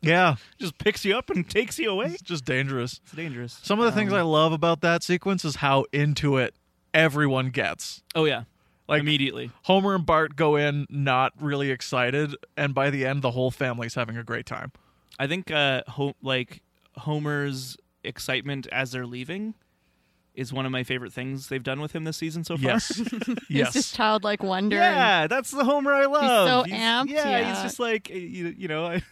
Yeah,
just picks you up and takes you away.
it's just dangerous.
It's dangerous.
Some of the things
Um,
I love about that sequence is how into it everyone gets.
oh yeah,
Like-
immediately.
Homer and Bart go in not really excited, and by the end, the whole family's having a great time.
I think uh, ho- like Homer's excitement as they're leaving is one of my favorite things they've done with him this season so far.
Yes,
It's
yes.
just childlike wonder. and-
Yeah, that's the Homer I love.
so amped,
Yeah, he's
yeah.
just like eh, you, you know. I,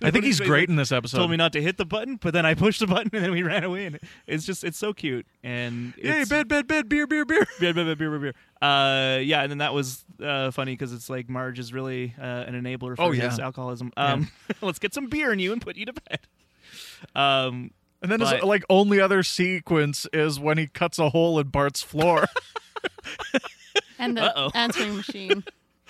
I think he's great in this episode.
Told me not to hit the button, but then I pushed the button and then we ran away. And it's just it's so cute and
Hey,
it's,
bed, bed, bed, beer, beer, beer.
beer, beer, beer, beer, beer. Uh, yeah, and then that was uh, funny because it's like Marge is really uh, an enabler for
Oh, yeah.
his alcoholism. Um, let's get some beer in you and put you to bed. Um,
And then his
But-
like only other sequence is when he cuts a hole in Bart's floor.
And the
Uh-oh.
answering machine.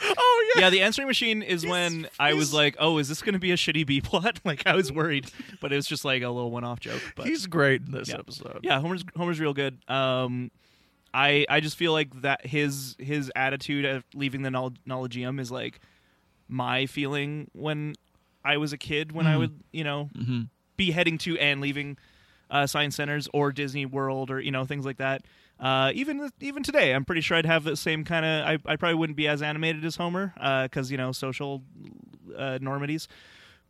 oh yeah.
yeah, the answering machine is when I was
he's-
like, "Oh, is this going to be a shitty B plot?" Like I was worried, but it was just like a little one-off joke. But
He's great in this
Yeah.
episode.
yeah, Homer's Homer's real good. Um, I I just feel like that his his attitude of leaving the knowledge knowledgeum is like my feeling when I was a kid
Hmm.
when I would you know
Mm-hmm.
be heading to and leaving uh, science centers or Disney World or you know things like that. Uh, even even today, I'm pretty sure I'd have the same kind of. I, I probably wouldn't be as animated as Homer because you know social uh, normities,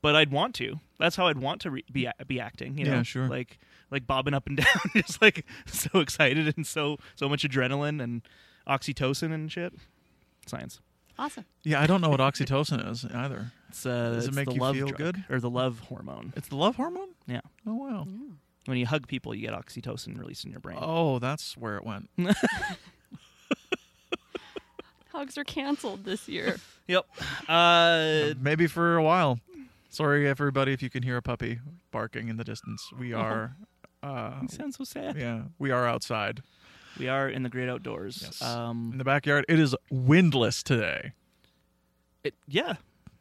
but I'd want to. That's how I'd want to re- be be acting. You know,
Yeah, sure.
Like like bobbing up and down, just like so excited and so so much adrenaline and oxytocin and shit. Science.
Awesome.
Yeah, I don't know what oxytocin is either.
It's uh,
Does it
it's
make
the
you
love
feel
drug,
good?
or the love hormone?
It's the love hormone.
Yeah,
Oh wow.
when you hug people, you get oxytocin released in your brain.
Oh, that's where it went.
Hugs are canceled this year.
Yep. Uh,
Maybe for a while. Sorry, everybody, if you can hear a puppy barking in the distance.
Oh.
We are, uh,
sounds so sad.
yeah, we are outside
We are in the great outdoors.
Yes. in
Um,
the backyard. It is windless today.
it, yeah.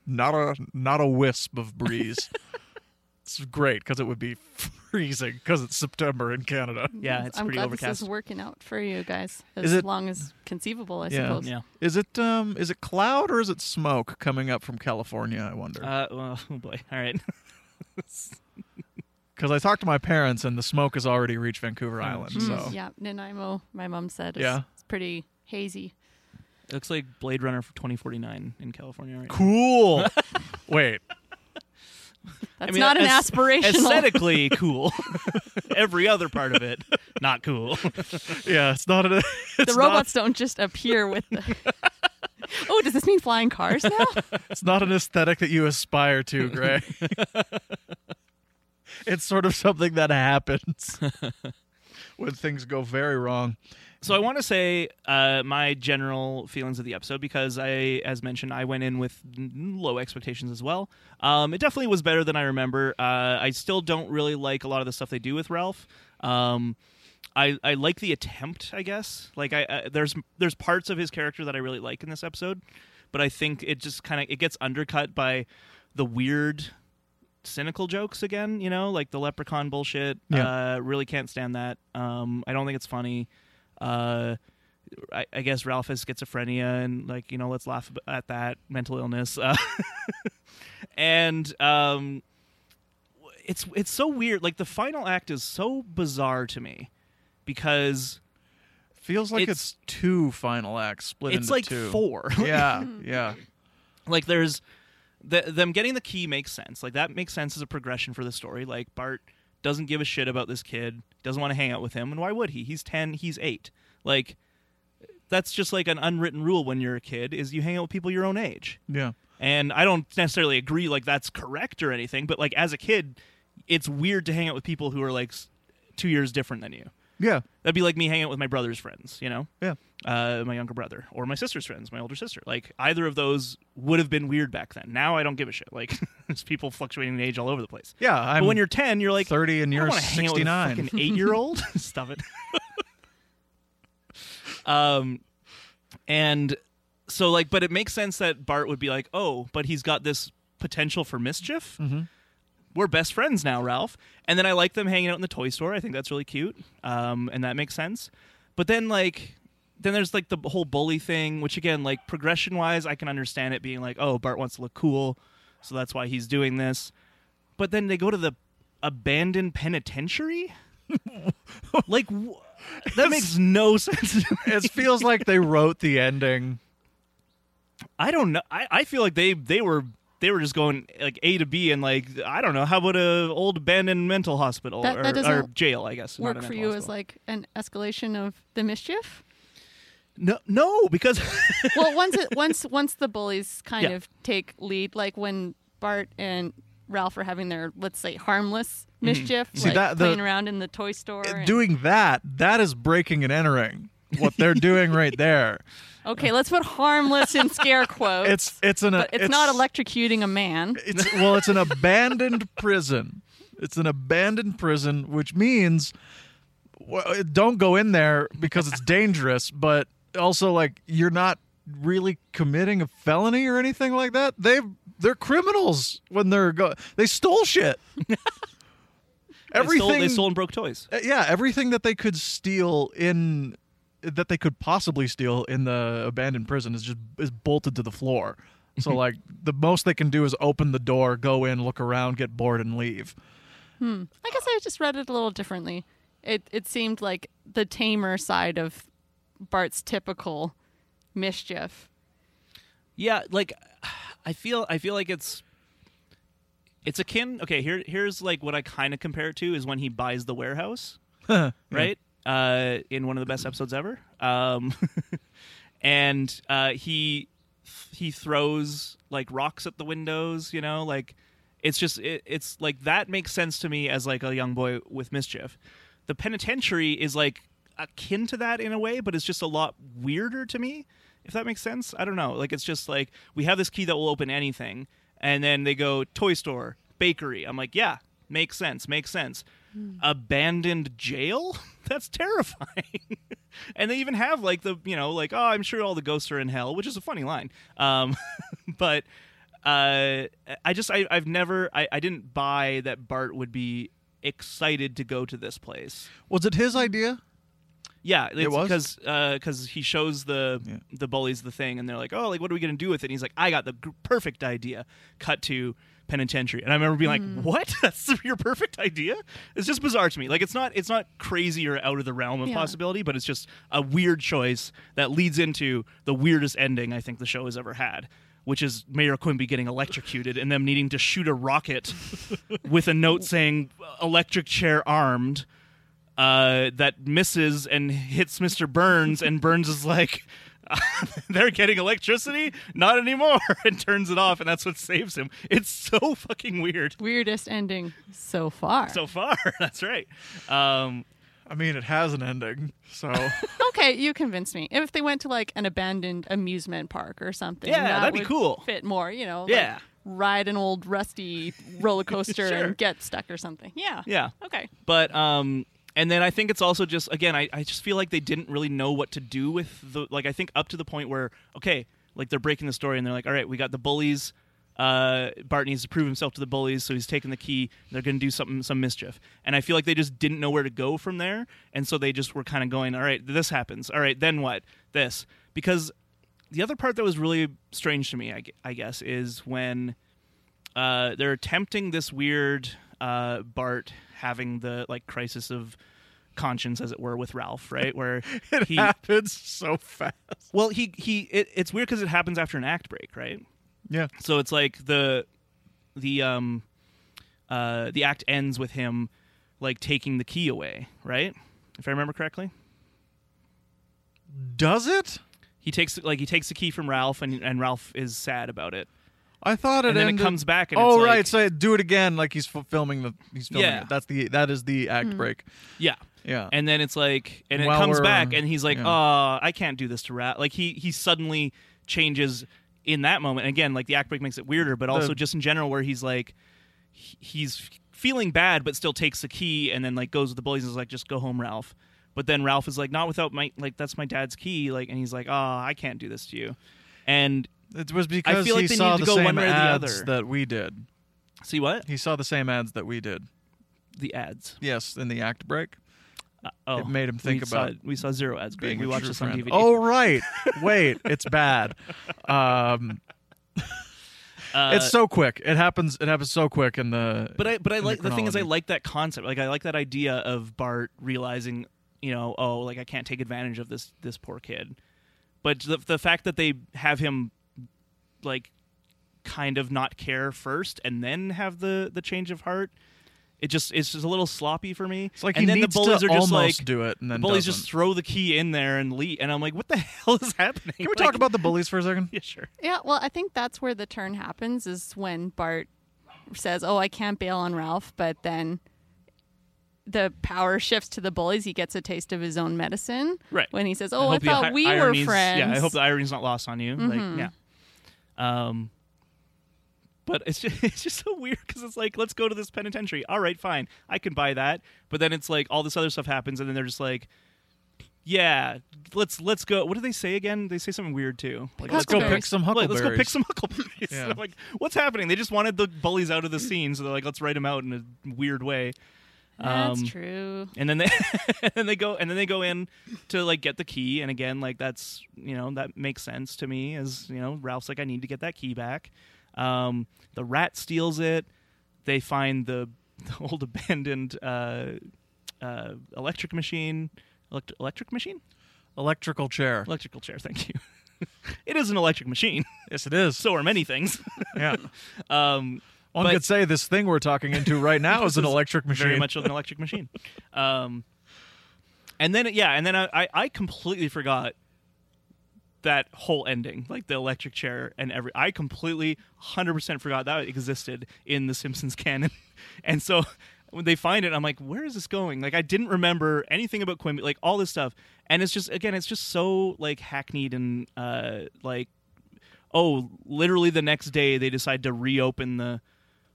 Not a not a wisp of breeze. it's great because it would be freezing because it's September in Canada.
Yeah, it's
I'm
pretty
glad
overcast.
this is working out for you guys as
Is it-
long as conceivable, I
Yeah.
suppose.
yeah.
Is it um is it cloud or is it smoke coming up from California? I wonder.
Uh, well, oh boy. All right.
Because I talked to my parents and the smoke has already reached Vancouver Island.
jeez.
So
Oh, Mm, Yeah, Nanaimo, my mom said, is,
Yeah.
it's pretty hazy.
It looks like Blade Runner 2049 in California right now.
cool. Wait,
That's
mean,
not an
as-
aspirational.
Aesthetically cool. Every other part of it, not cool.
yeah, it's not. A,
the
it's not-
robots don't just appear with the. oh, does this mean flying cars now?
It's not an aesthetic that you aspire to, Gray. it's sort of something that happens when things go very wrong.
So I want to say uh, my general feelings of the episode because I, as mentioned, I went in with n- low expectations as well. Um, it definitely was better than I remember. Uh, I still don't really like a lot of the stuff they do with Ralph. Um, I, I like the attempt, I guess. Like I, I there's there's parts of his character that I really like in this episode, but I think it just kind of it gets undercut by the weird cynical jokes again, you know, like the leprechaun bullshit.
Yeah.
Uh, really can't stand that. Um, I don't think it's funny. Uh, I, I guess Ralph has schizophrenia and like you know let's laugh ab- at that mental illness. Uh, and um, it's it's so weird. Like the final act is so bizarre to me because
Feels like it's,
It's-
two final acts split
it's
into
like
two.
four.
Yeah, yeah.
like there's the, them getting the key makes sense like that makes sense as a progression for the story like bart doesn't give a shit about this kid doesn't want to hang out with him and why would he he's 10 he's 8 like that's just like an unwritten rule when you're a kid is you hang out with people your own age
Yeah.
and i don't necessarily agree like that's correct or anything but like as a kid it's weird to hang out with people who are like s- two years different than you
Yeah.
That'd be like me hanging out with my brother's friends, you know?
Yeah.
Uh, my younger brother or my sister's friends, my older sister. Like either of those would have been weird back then. Now I don't give a shit. Like there's people fluctuating in age all over the place.
Yeah. I'm
but when you're 10, you're like,
30 and
I
you're
want to hang out with
69.
an eight-year-old. Stop it. um, and so like, but it makes sense that Bart would be like, oh, but he's got this potential for mischief. We're best friends now, Ralph. And then I like them hanging out in the toy store. I think that's really cute. Um, and that makes sense. But then like. Then there's like the whole bully thing, which again, like progression wise, I can understand it being like, oh, Bart wants to look cool, so that's why he's doing this but then they go to the abandoned penitentiary. like wh- that makes no sense. to me.
it feels like they wrote the ending.
I don't know. I, I feel like they they were they were just going like A to B and like I don't know. How about a old abandoned mental hospital
That-
or,
that
or
doesn't
jail? I guess not a
Work for
mental
you as
hospital.
like an escalation of the mischief.
no no because
well, once it, once once the bullies kind
Yeah.
of take lead, like when Bart and Ralph are having their let's say harmless
Mm-hmm.
mischief,
See,
like
that- the- Uh,
playing around in the toy store. and-
Doing that, that is breaking and entering. What they're doing right there.
okay, let's put harmless in scare quotes.
It's uh, it's an
but it's, not electrocuting a man.
It's well, it's an abandoned prison. It's an abandoned prison, which means well, don't go in there because it's dangerous. But also, like you're not really committing a felony or anything like that. They they're criminals when they're go- they stole shit.
they
everything
stole, they stole and broke toys.
uh, yeah, everything that they could steal in that they could possibly steal in the abandoned prison is just is bolted to the floor. So like the most they can do is open the door, go in, look around, get bored, and leave.
I guess I just read it a little differently. It it seemed like the tamer side of Bart's typical mischief.
Yeah, like I feel I feel like it's it's akin okay, here here's like what I kinda compare it to is when he buys the warehouse. right? Uh in one of the best episodes ever. Um and uh he he throws like rocks at the windows, you know, like it's just it, it's like that makes sense to me as like a young boy with mischief. The penitentiary is like akin to that in a way, but it's just a lot weirder to me. If that makes sense, I don't know. Like it's just like we have this key that will open anything, and then they go toy store, bakery. I'm like, yeah, makes sense, makes sense. Abandoned jail? That's terrifying. and they even have like the you know like oh I'm sure all the ghosts are in hell, which is a funny line. Um, but uh, I just I, I've never I, I didn't buy that Bart would be excited to go to this place.
Was it his idea?
Yeah, it's
was?
because because he shows the
Yeah.
the bullies the thing, and they're like, "Oh, like what are we gonna do with it?" And he's like, "I got the gr- perfect idea." Cut to penitentiary, and I remember being like, "What? That's your perfect idea?" It's just bizarre to me. Like it's not it's not crazy or out of the realm of
Yeah.
possibility, but it's just a weird choice that leads into the weirdest ending I think the show has ever had. Which is Mayor Quimby getting electrocuted and them needing to shoot a rocket with a note saying "electric chair armed," uh, that misses and hits Mr. Burns, and Burns is like, "They're getting electricity, not anymore," and turns it off, and that's what saves him. It's so fucking weird
Weirdest ending so far.
so far. That's right. Um,
I mean, it has an ending, so
okay, you convinced me. If they went to like an abandoned amusement park or something,
Yeah,
that
that'd be
would
cool.
Fit more, you know. like,
Yeah.
ride an old rusty roller coaster
Sure.
and get stuck or something. Yeah.
yeah,
Okay.
but um, and then I think it's also just again, I, I just feel like they didn't really know what to do with the like. I think up to the point where okay, like they're breaking the story, and they're like, "All right, we got the bullies." uh, Bart needs to prove himself to the bullies, so he's taking the key. They're going to do something, some mischief. And I feel like they just didn't know where to go from there, and so they just were kind of going, "All right, this happens. All right, then what? This." Because the other part that was really strange to me, I, gu- I guess, is when uh, they're attempting this weird uh, Bart having the like crisis of conscience, as it were, with Ralph, right? Where
it
he
happens so fast.
well, he he it, it's weird because it happens after an act break, right?
Yeah,
So it's like the the um uh the act ends with him like taking the key away, right? If I remember correctly.
does it?
He takes like he takes the key from Ralph and and Ralph is sad about it.
I thought it
and then
ended-
it comes back. And
oh
it's like-
right, so do it again. Like he's f- filming the. He's filming
Yeah.
it. That's the that is the act break.
yeah.
Yeah.
And then it's like, and it
Uh, While
comes
we're-
back, and he's like,
yeah.
"Uh, I can't do this to Rat." Like he he suddenly changes in that moment. And again, like the act break makes it weirder, but also
The-
just in general, where he's like, he- he's feeling bad, but still takes the key, and then like goes with the bullies and is like, "Just go home, Ralph." But then Ralph is like, "Not without my like that's my dad's key." Like, and he's like, "Ah, I can't do this to you." And
it was because
feel like
he
they
saw
needed
the
to go
same
one way or the
ads
other.
that we did.
see what
He saw the same ads that we did.
the ads.
Yes, in the act break.
Uh, oh,
It made him think
we saw-
about
we saw zero ads. Greg.
being
We
a
watched
true
this on
friend.
DVD.
Oh right. Wait, it's bad. Um,
Uh,
it's so quick. It happens. It happens so quick in the.
But I but I
in the
like the, thing is I
chronology.
like that concept. Like I like that idea of Bart realizing, you know, oh, like I can't take advantage of this this poor kid. But the the fact that they have him like kind of not care first and then have the the change of heart, it just it's just a little sloppy for me.
it's like
and
he
then
needs
the bullies
to
are just
almost
like
do it, and
the
then
bullies
doesn't.
just throw the key in there and leave and I'm like, what the hell is happening?
Can we talk
Like-
about the bullies for a second?
Yeah, sure.
Yeah, well, I think that's where the turn happens is when Bart says, "Oh, I can't bail on Ralph," but then the power shifts to the bullies. He gets a taste of his own medicine.
Right.
When he says, "Oh, I,
hope the
thought
hi-
we
irony's-
were friends." Mm-hmm.
Yeah, I hope the irony's not lost on you. Like, yeah. Um, but it's just it's just so weird because it's like, let's go to this penitentiary. All right, fine, I can buy that. But then it's like all this other stuff happens, and then they're just like, yeah, let's let's go. What do they say again? They say something weird too. Like,
Let's go
Huckleberries.
pick some
like,
huckleberries.
let's go pick some huckleberries.
Yeah.
And I'm like, what's happening? They just wanted the bullies out of the scene, so they're like, let's write them out in a weird way.
that's
Um,
true.
and then they and then they go and then they go in to like get the key and again like that's you know that makes sense to me as you know ralph's like i need to get that key back um, the rat steals it they find the, the old abandoned uh, uh, electric machine elect- electric machine
electrical chair.
electrical chair thank you it is an electric machine
Yes, it is.
so are many things
yeah.
um,
One
But-
could say this thing we're talking into right now is an electric machine.
very much an electric machine. Um, and then yeah, and then I, I I completely forgot that whole ending, like the electric chair and every. I completely hundred percent forgot that existed in the Simpsons canon, and so when they find it, I'm like, where is this going? Like I didn't remember anything about Quimby, like all this stuff, and it's just again, it's just so like hackneyed and uh like. Oh, literally the next day they decide to reopen the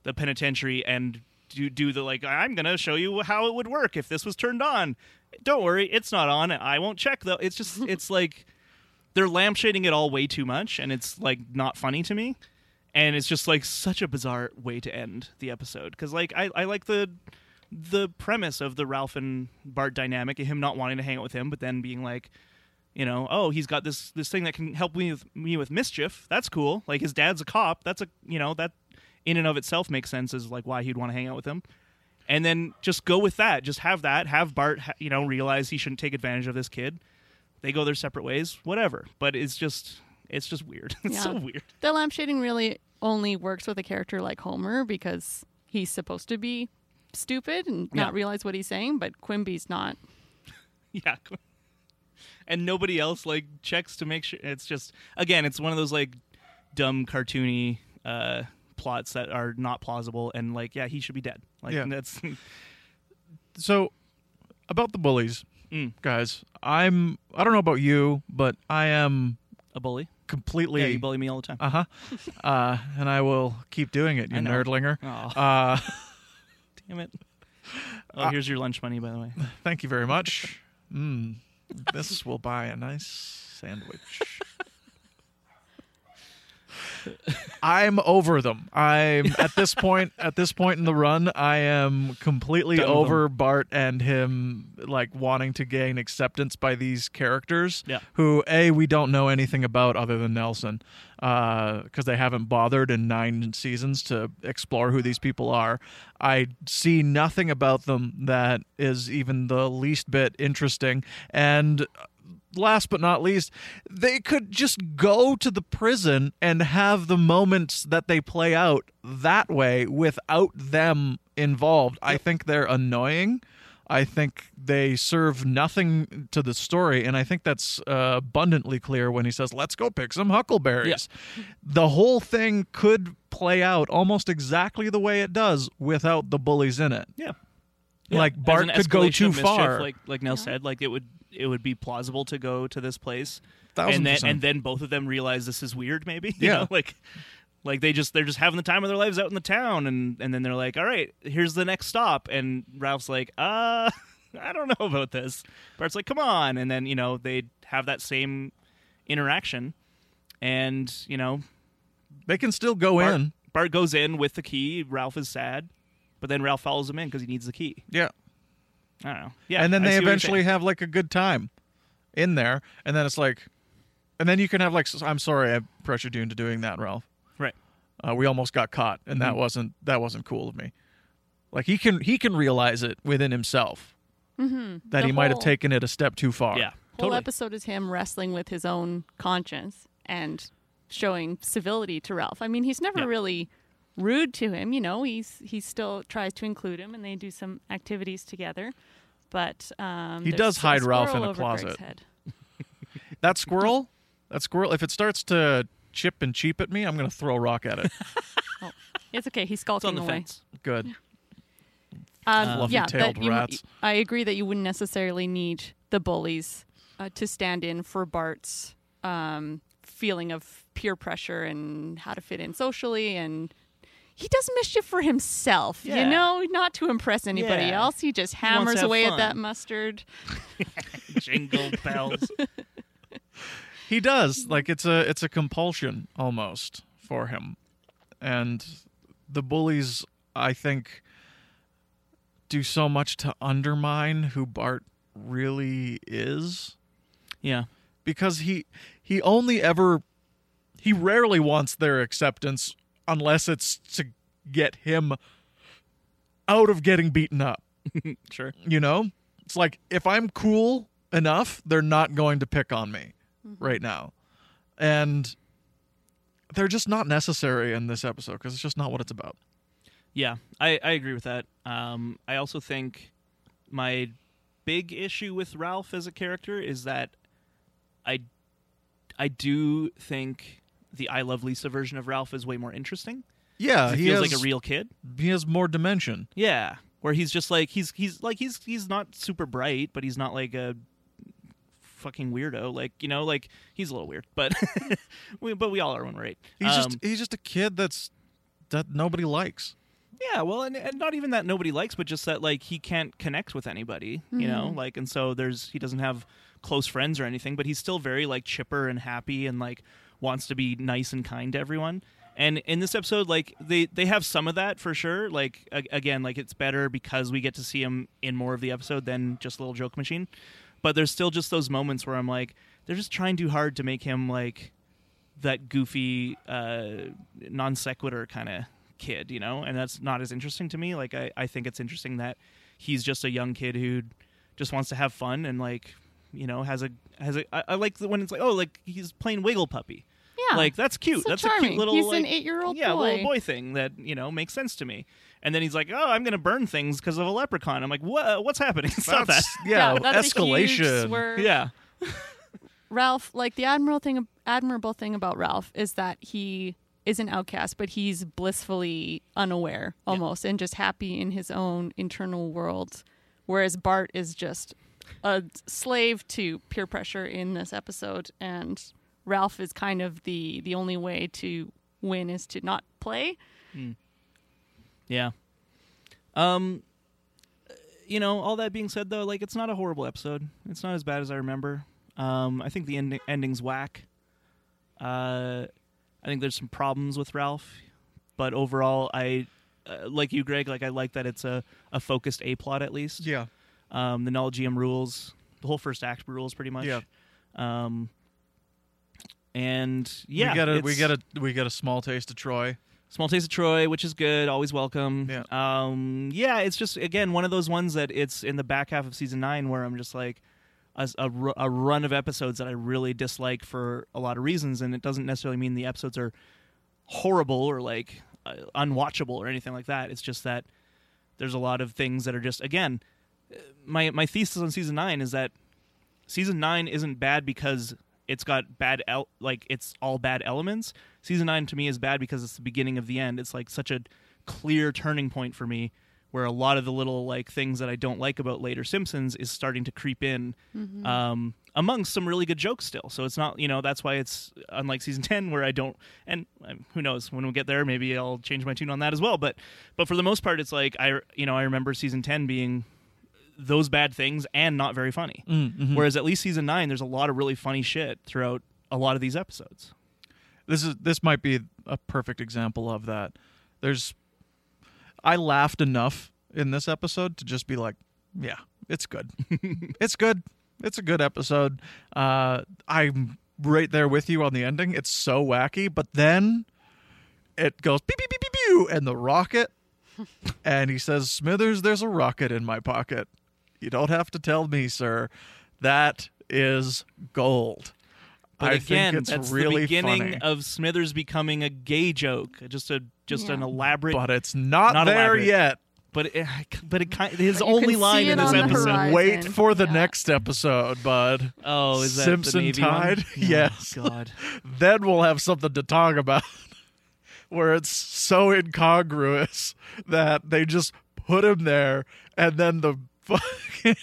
the penitentiary and do do the like I'm going to show you how it would work if this was turned on. Don't worry, it's not on. I won't check though. It's just it's like they're lampshading it all way too much and it's like not funny to me. And it's just like such a bizarre way to end the episode cuz like I I like the the premise of the Ralph and Bart dynamic, him not wanting to hang out with him but then being like you know, oh, he's got this this thing that can help me with, me with mischief. That's cool. Like his dad's a cop. That's a you know that in and of itself makes sense as like why he'd want to hang out with him. And then just go with that. Just have that. Have Bart, ha- you know, realize he shouldn't take advantage of this kid. They go their separate ways. Whatever. But it's just it's just weird. It's
Yeah.
so weird.
The lampshading really only works with a character like Homer because he's supposed to be stupid and
Yeah.
not realize what he's saying, but Quimby's not.
Yeah. And nobody else like checks to make sure it's just again, it's one of those like dumb cartoony uh plots that are not plausible and like yeah, he should be dead. Like
Yeah.
that's
so about the bullies,
Mm.
guys. I'm. I don't know about you, but I am
a bully.
completely.
Yeah, you bully me all the time.
uh-huh. Uh And I will keep doing it, you
I know.
nerdlinger.
Aw.
Uh,
Damn it. Oh, here's your lunch money, by the way.
thank you very much. Mm, this will buy a nice sandwich. I'm over them. I'm at this point at this point in the run, I am completely
Done with
over Bart and him like wanting to gain acceptance by these characters
Yeah.
who a we don't know anything about other than Nelson because they haven't bothered in nine seasons to explore who these people are. I see nothing about them that is even the least bit interesting. And uh, last but not least, they could just go to the prison and have the moments that they play out that way without them involved. I think they're annoying. I think they serve nothing to the story, and I think that's uh, abundantly clear when he says, "Let's go pick some huckleberries." The whole thing could play out almost exactly the way it does without the bullies in it.
Yeah.
Like
As
Bart
an
could go
escalation
too
of mischief,
far.
Like like Nell said, like it would it would be plausible to go to this place,
Thousand
and then
percent.
and then both of them realize this is weird. Maybe you
Yeah.
know, like like they just they're just having the time of their lives out in the town, and and then they're like, all right, here's the next stop, and Ralph's like, uh, I don't know about this. Bart's like, come on, and then you know they have that same interaction, and you know
they can still go
Bart,
in.
Bart goes in with the key. Ralph is sad, but then Ralph follows him in because he needs the key.
Yeah.
I don't know. Yeah,
and then
I
they
see what you're
eventually
saying.
have like a good time in there, and then it's like, and then you can have like, s- I'm sorry, I pressured you into doing that, Ralph.
right.
Uh, we almost got caught, and
Mm-hmm.
that wasn't that wasn't cool of me. Like he can he can realize it within himself that
Mm-hmm. The
he might have
whole-
taken it a step too far.
Yeah,
whole
totally.
episode is him wrestling with his own conscience and showing civility to Ralph. I mean, he's never
Yeah.
really rude to him, you know. He's he still tries to include him, and they do some activities together. But um,
He
there's
does hide Ralph
squirrel
in a
over Greg's
closet.
head.
That squirrel, that squirrel. If it starts to chip and cheep at me, I'm gonna throw a rock at it.
Oh, it's okay. He's
It's
skulking
on the
away.
fence.
Good.
Um,
Fluffy
yeah,
tailed
but you-
rats.
I agree that you wouldn't necessarily need the bullies uh, to stand in for Bart's um, feeling of peer pressure and how to fit in socially. And he does mischief for himself,
Yeah.
you know, not to impress anybody
Yeah.
else. He just
wants to
hammers
have
away
fun.
at that mustard.
Jingle bells.
He
Mm-hmm.
does. Like it's a it's a compulsion almost for him. And the bullies I think do so much to undermine who Bart really is
yeah.
because he he only ever he rarely wants their acceptance unless it's to get him out of getting beaten up,
Sure.
you know? It's like if I'm cool enough, they're not going to pick on me
Mm-hmm.
right now. And they're just not necessary in this episode because it's just not what it's about.
Yeah, I, I agree with that. Um, I also think my big issue with Ralph as a character is that I I do think the I Love Lisa version of Ralph is way more interesting.
Yeah,
He
Uh, he
feels
has,
like a real kid.
he has more dimension.
Yeah, where he's just like he's he's like he's he's not super bright, but he's not like a fucking weirdo. Like you know, like he's a little weird, but we, but we all are when we're eight.
He's
Um,
just he's just a kid that's that nobody likes.
Yeah, well, and, and not even that nobody likes, but just that like he can't connect with anybody, you know, like and so there's he doesn't have close friends or anything, but he's still very like chipper and happy and like wants to be nice and kind to everyone. And in this episode, like they they have some of that for sure. Like a- again, like it's better because we get to see him in more of the episode than just little joke machine. But there's still just those moments where I'm like, they're just trying too hard to make him like that goofy uh, non sequitur kind of kid, you know, and that's not as interesting to me. Like I, I think it's interesting that he's just a young kid who just wants to have fun and like you know has a has a I, I like the, when it's like oh like he's playing Wiggle Puppy.
Yeah.
Like that's cute.
So
that's a
charming.
cute little
He's an
like-
eight-year-old
yeah, little
boy.
boy thing that you know makes sense to me. And then he's like, "Oh, I'm gonna burn things because of a leprechaun." I'm like, "What? What's happening? Stop that!"
That's- Yeah,
that's a huge
escalation.
swerve.
yeah,
Ralph, like the admirable thing, admirable thing about Ralph is that he is an outcast, but he's blissfully unaware almost and just happy in his own internal world. Whereas Bart is just a slave to peer pressure in this episode, and Ralph is kind of the the only way to win is to not play.
Yeah. Um you know, all that being said though, like it's not a horrible episode. It's not as bad as I remember. Um I think the end- ending's whack. Uh I think there's some problems with Ralph, but overall I uh, like you Greg, like I like that it's a a focused A plot at least.
Yeah.
Um the null GM rules, the whole first act rules pretty much.
Yeah.
Um and yeah,
we get a we
it's-
get a we get a small taste of Troy.
Small Taste of Troy, which is good, always welcome.
Yeah.
Um, yeah, it's just again one of those ones that it's in the back half of season nine where I'm just like a, a ru- a run of episodes that I really dislike for a lot of reasons, and it doesn't necessarily mean the episodes are horrible or like uh, unwatchable or anything like that. It's just that there's a lot of things that are just again my my thesis on season nine is that season nine isn't bad because it's got bad el- like it's all bad elements. Season nine to me is bad because it's the beginning of the end. It's like such a clear turning point for me where a lot of the little like things that I don't like about later Simpsons is starting to creep in um, amongst some really good jokes still. So it's not you know that's why it's unlike season ten where I don't and um, who knows when we get there maybe I'll change my tune on that as well. But but for the most part it's like I you know I remember season ten being those bad things and not very funny.
Mm, mm-hmm.
Whereas at least season nine, there's a lot of really funny shit throughout a lot of these episodes.
this is this might be a perfect example of that. There's I laughed enough in this episode to just be like, yeah, it's good. it's good. It's a good episode. Uh I'm right there with you on the ending. It's so wacky, but then it goes beep beep beep beep pew, and the rocket and he says, "Smithers, there's a rocket in my pocket. You don't have to tell me, sir. That is gold."
But
I
again,
think it's
that's the
really
beginning
funny.
of Smithers becoming a gay joke, just a just
Yeah.
an elaborate.
but it's not,
Not
there
elaborate.
yet.
but it, but it kind his
But you can
only
see
line
it
in this
on the
episode.
horizon.
Wait for the
Yeah.
next episode, bud.
Oh, is that
Simpson
the Navy one?
Tide?
Oh,
Yes.
God.
Then we'll have something to talk about where it's so incongruous that they just put him there and then the fucking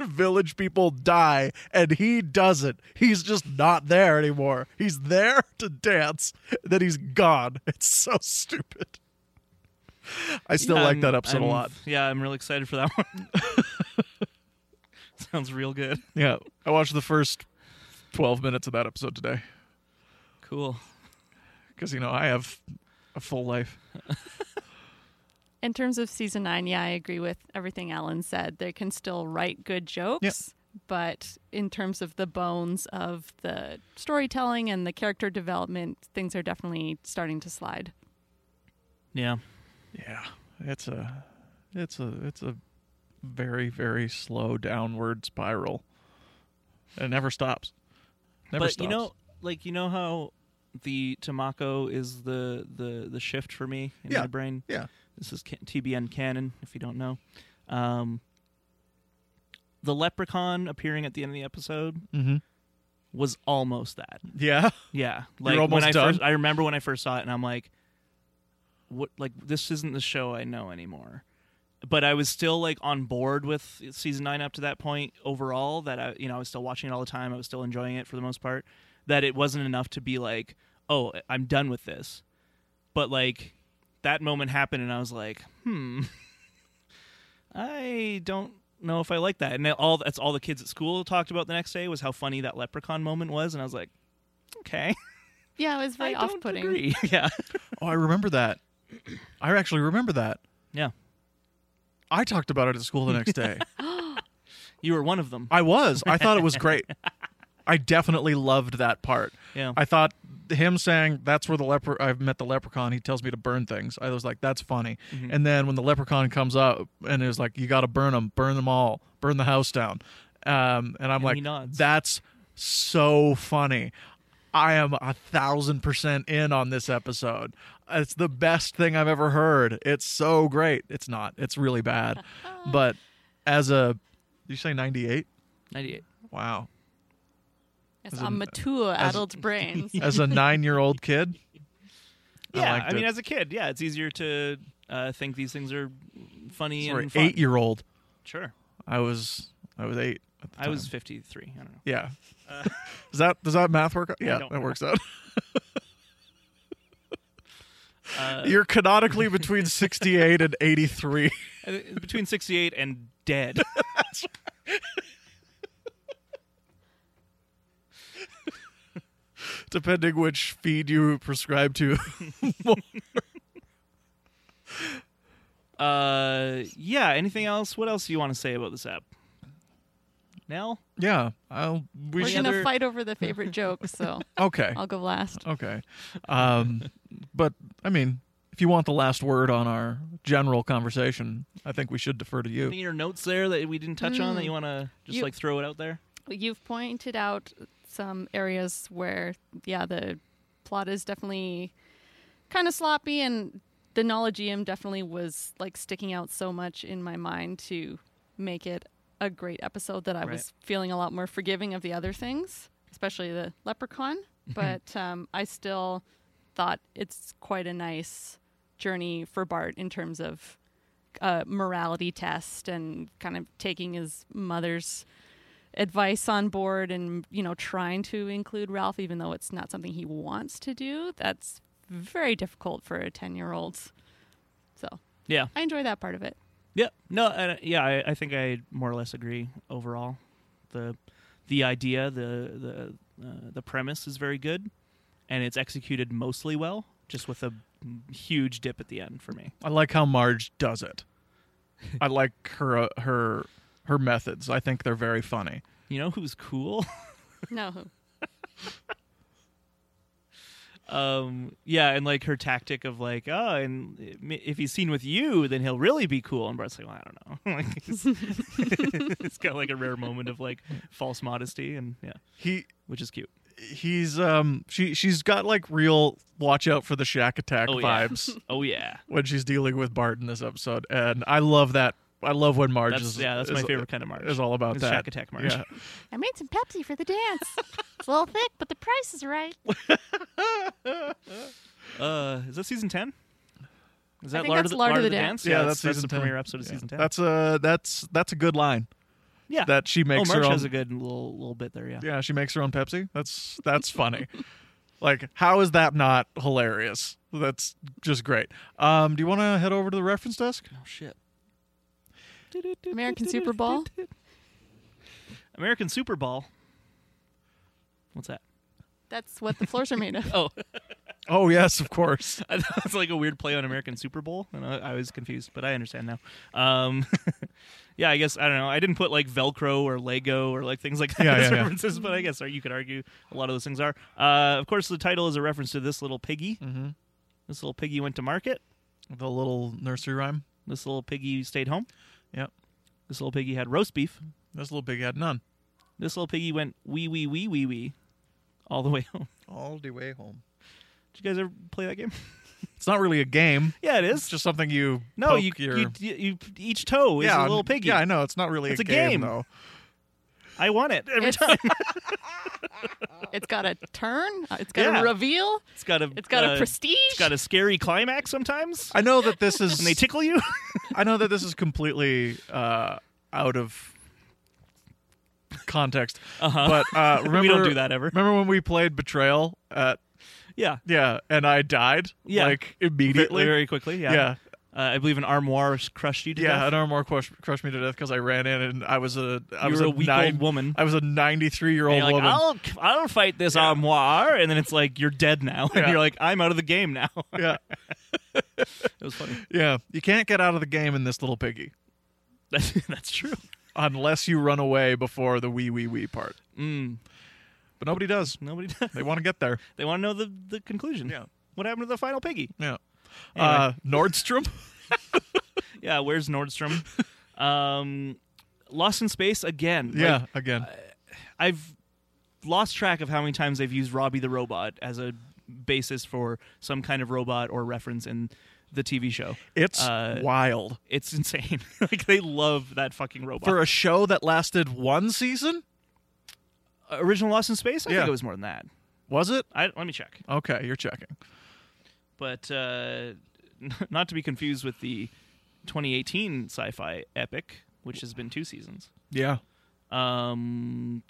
village people die and he doesn't. He's just not there anymore. He's there to dance, then he's gone. It's so stupid. I still
Yeah,
like
I'm-
that episode
I'm-
a lot.
Yeah, I'm real excited for that one. Sounds real good.
Yeah. I watched the first 12 minutes of that episode today.
Cool.
because you know I have a full life.
In terms of season nine, yeah, I agree with everything Alan said. They can still write good jokes, but in terms of the bones of the storytelling and the character development, things are definitely starting to slide.
Yeah.
Yeah, it's a, it's a, it's a very very slow downward spiral. It never stops. Never
but
stops.
you know, like you know how the Tamako is the the the shift for me in
Yeah.
my brain.
yeah,
This is ca- TBN canon, if you don't know. Um, the leprechaun appearing at the end of the episode
mm-hmm.
was almost that.
yeah,
Yeah, like
almost
when I
done?
first, I remember when I first saw it, and I'm like, what? Like this isn't the show I know anymore. But I was still like on board with season nine up to that point overall. That I, you know, I was still watching it all the time. I was still enjoying it for the most part. That it wasn't enough to be like, oh, I'm done with this. But like that moment happened, and I was like, hmm, I don't know if I like that. And all that's all the kids at school talked about the next day was how funny that leprechaun moment was, and I was like, okay.
Yeah, it was very
I don't
off putting.
agree. Yeah.
oh, I remember that. I actually remember that.
Yeah.
I talked about it at school the next day.
You were one of them.
I was. I thought it was great. I definitely loved that part.
Yeah.
I thought him saying that's where the leper I've met the leprechaun. He tells me to burn things. I was like, that's funny.
Mm-hmm.
And then when the leprechaun comes up and is like, you got to burn them, burn them all, burn the house down. Um, and I'm
And he
like,
nods.
that's so funny. I am a thousand percent in on this episode. It's the best thing I've ever heard. It's so great. It's not. It's really bad. but as a, you say ninety eight.
98.
Wow.
It's
As
a
an-
mature
as-
adult brain.
As a nine year old kid.
Yeah. I,
liked
mean,
it.
as a kid, yeah, it's easier to uh, think these things are funny
Sorry,
and fun.
eight year old.
Sure.
I was I was eight. At the
I was
time.
53. I don't know.
yeah. does that does that math work? out? Yeah,
don't
that
know.
works out.
Uh,
You're canonically between sixty eight and eighty three.
uh, between 68 and dead.
depending which feed you prescribe to.
Uh, yeah. Anything else? What else do you want to say about this app? Nell?
yeah, I'll. We
We're
should.
going to fight over the favorite joke, so
Okay.
I'll go last.
Okay. Um, but I mean, if you want the last word on our general conversation, I think we should defer to you.
Any of your notes there that we didn't touch on that you want to just
Mm, You-
like throw it out there?
You've pointed out some areas where, yeah, the plot is definitely kind of sloppy, and the knowledge EM definitely was like sticking out so much in my mind to make it a great episode that I
Right.
was feeling a lot more forgiving of the other things, especially the leprechaun. But um, I still thought it's quite a nice journey for Bart in terms of uh, morality test and kind of taking his mother's advice on board and you know trying to include Ralph even though it's not something he wants to do that's very difficult for a 10 year old so
Yeah.
I enjoy that part of it
Yeah. No. Uh, yeah. I, I think I more or less agree overall. The the idea, the the uh, the premise is very good, and it's executed mostly well, just with a huge dip at the end for me.
I like how Marge does it. I like her uh, her her methods. I think they're very funny.
You know who's cool?
no
um. Yeah. And like her tactic of like, oh, and if he's seen with you, then he'll really be cool. And Brett's like, well, I don't know. like, it's, it's got like a rare moment of like false modesty, and yeah,
He
which is cute.
he's um she she's got like real watch out for the shack attack
Oh, yeah.
vibes
Oh yeah.
when she's dealing with Bart in this episode, and I love that. I love when Marge
That's,
is
yeah, that's my
is-
favorite kind of March.
Is all about
It's
that
Shack Attack Marge.
Yeah.
I made some Pepsi for the dance it's a little thick but the price is right
Uh, is that season ten? Is that
think
Lard,
that's
of the,
Lard of the
Dance?
Dance.
Yeah, that's
that's
season
the
10.
premiere episode of
Yeah.
season ten.
That's a that's that's a good line
yeah.
that she
oh,
makes
March
her own.
has a good little little bit there. Yeah.
yeah, she makes her own Pepsi. That's that's funny. Like, how is that not hilarious? That's just great. Um, do you want to head over to the reference desk?
Oh shit.
American Super Bowl?
American Super Bowl. What's that?
that's what the floors are made of
Oh,
Oh yes, of course.
I thought it's like a weird play on American Super Bowl, and I, I was confused, but I understand now. Um, yeah, I guess I don't know. I didn't put like Velcro or Lego or like things like that
Yeah,
as
yeah, yeah.
references, but I guess or you could argue a lot of those things are. Uh, of course, the title is a reference to this little piggy.
Mm-hmm.
This little piggy went to market.
The little nursery rhyme.
This little piggy stayed home.
Yep.
This little piggy had roast beef.
This little pig had none.
This little piggy went wee wee wee wee wee, all the way home.
All the way home.
Did you guys ever play that game?
It's not really a game.
Yeah, it
It's
is.
just something you.
No,
poke
you,
your,
you you you each toe is
yeah,
a little piggy.
Yeah, I know. It's not really
It's
a,
a
game,
game.
though.
I want it every
It's-
time.
it's got a turn uh, it's got
Yeah.
a reveal
It's got a
it's got
uh,
a prestige
It's got a scary climax sometimes,
I know that this is.
and they tickle you.
I know that this is completely uh, out of context,
Uh-huh.
but uh, remember
we don't do that ever.
Remember when we played Betrayal? At,
Yeah,
yeah, and I died
Yeah.
like immediately.
very quickly. Yeah,
yeah,
Uh, I believe an armoire crushed you to
yeah,
death.
an armor crushed, crushed me to death because I ran in and I was a I
You
was
were
a,
a weak
nine,
old woman.
I was a ninety three year
And
old
you're like,
woman.
I'll I'll fight this
Yeah.
armoire, and then it's like you're dead now,
Yeah.
and you're like I'm out of the game now. it
yeah,
was funny.
yeah. You can't get out of the game in this little piggy
That's, that's true.
unless you run away before the wee wee wee part.
Mm,
But nobody does.
nobody does.
They want to get there.
They want to know the, the conclusion.
Yeah.
What happened to the final piggy?
Yeah.
Anyway.
Uh, Nordstrom.
Yeah, where's Nordstrom? um, Lost in Space again. Like,
yeah. Again.
uh, I've lost track of how many times I've used Robbie the Robot as a basis for some kind of robot or reference in the TV show.
It's
Uh,
wild.
It's insane. like they love that fucking robot.
For a show that lasted one season,
original Lost in Space, I
Yeah.
think it was more than that.
was it?
I, let me check.
Okay, you're checking.
But uh, not to be confused with the 2018 sci-fi epic, which has been two seasons.
Yeah.
Um,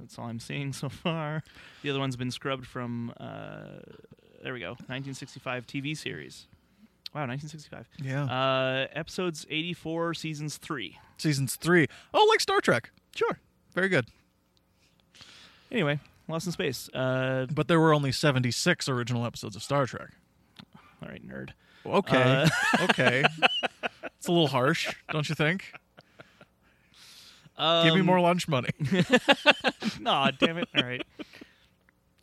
that's all I'm seeing so far. The other one's been scrubbed from. Uh, there we go. 1965 TV series. Wow, 1965.
Yeah.
Uh, episodes 84, seasons three.
Seasons three. Oh, like Star Trek. Sure. Very good.
Anyway, Lost in Space. Uh,
But there were only 76 original episodes of Star Trek.
all right, nerd.
Okay. okay. Uh, It's a little harsh, don't you think?
Um,
Give me more lunch money.
Nah, damn it. All right.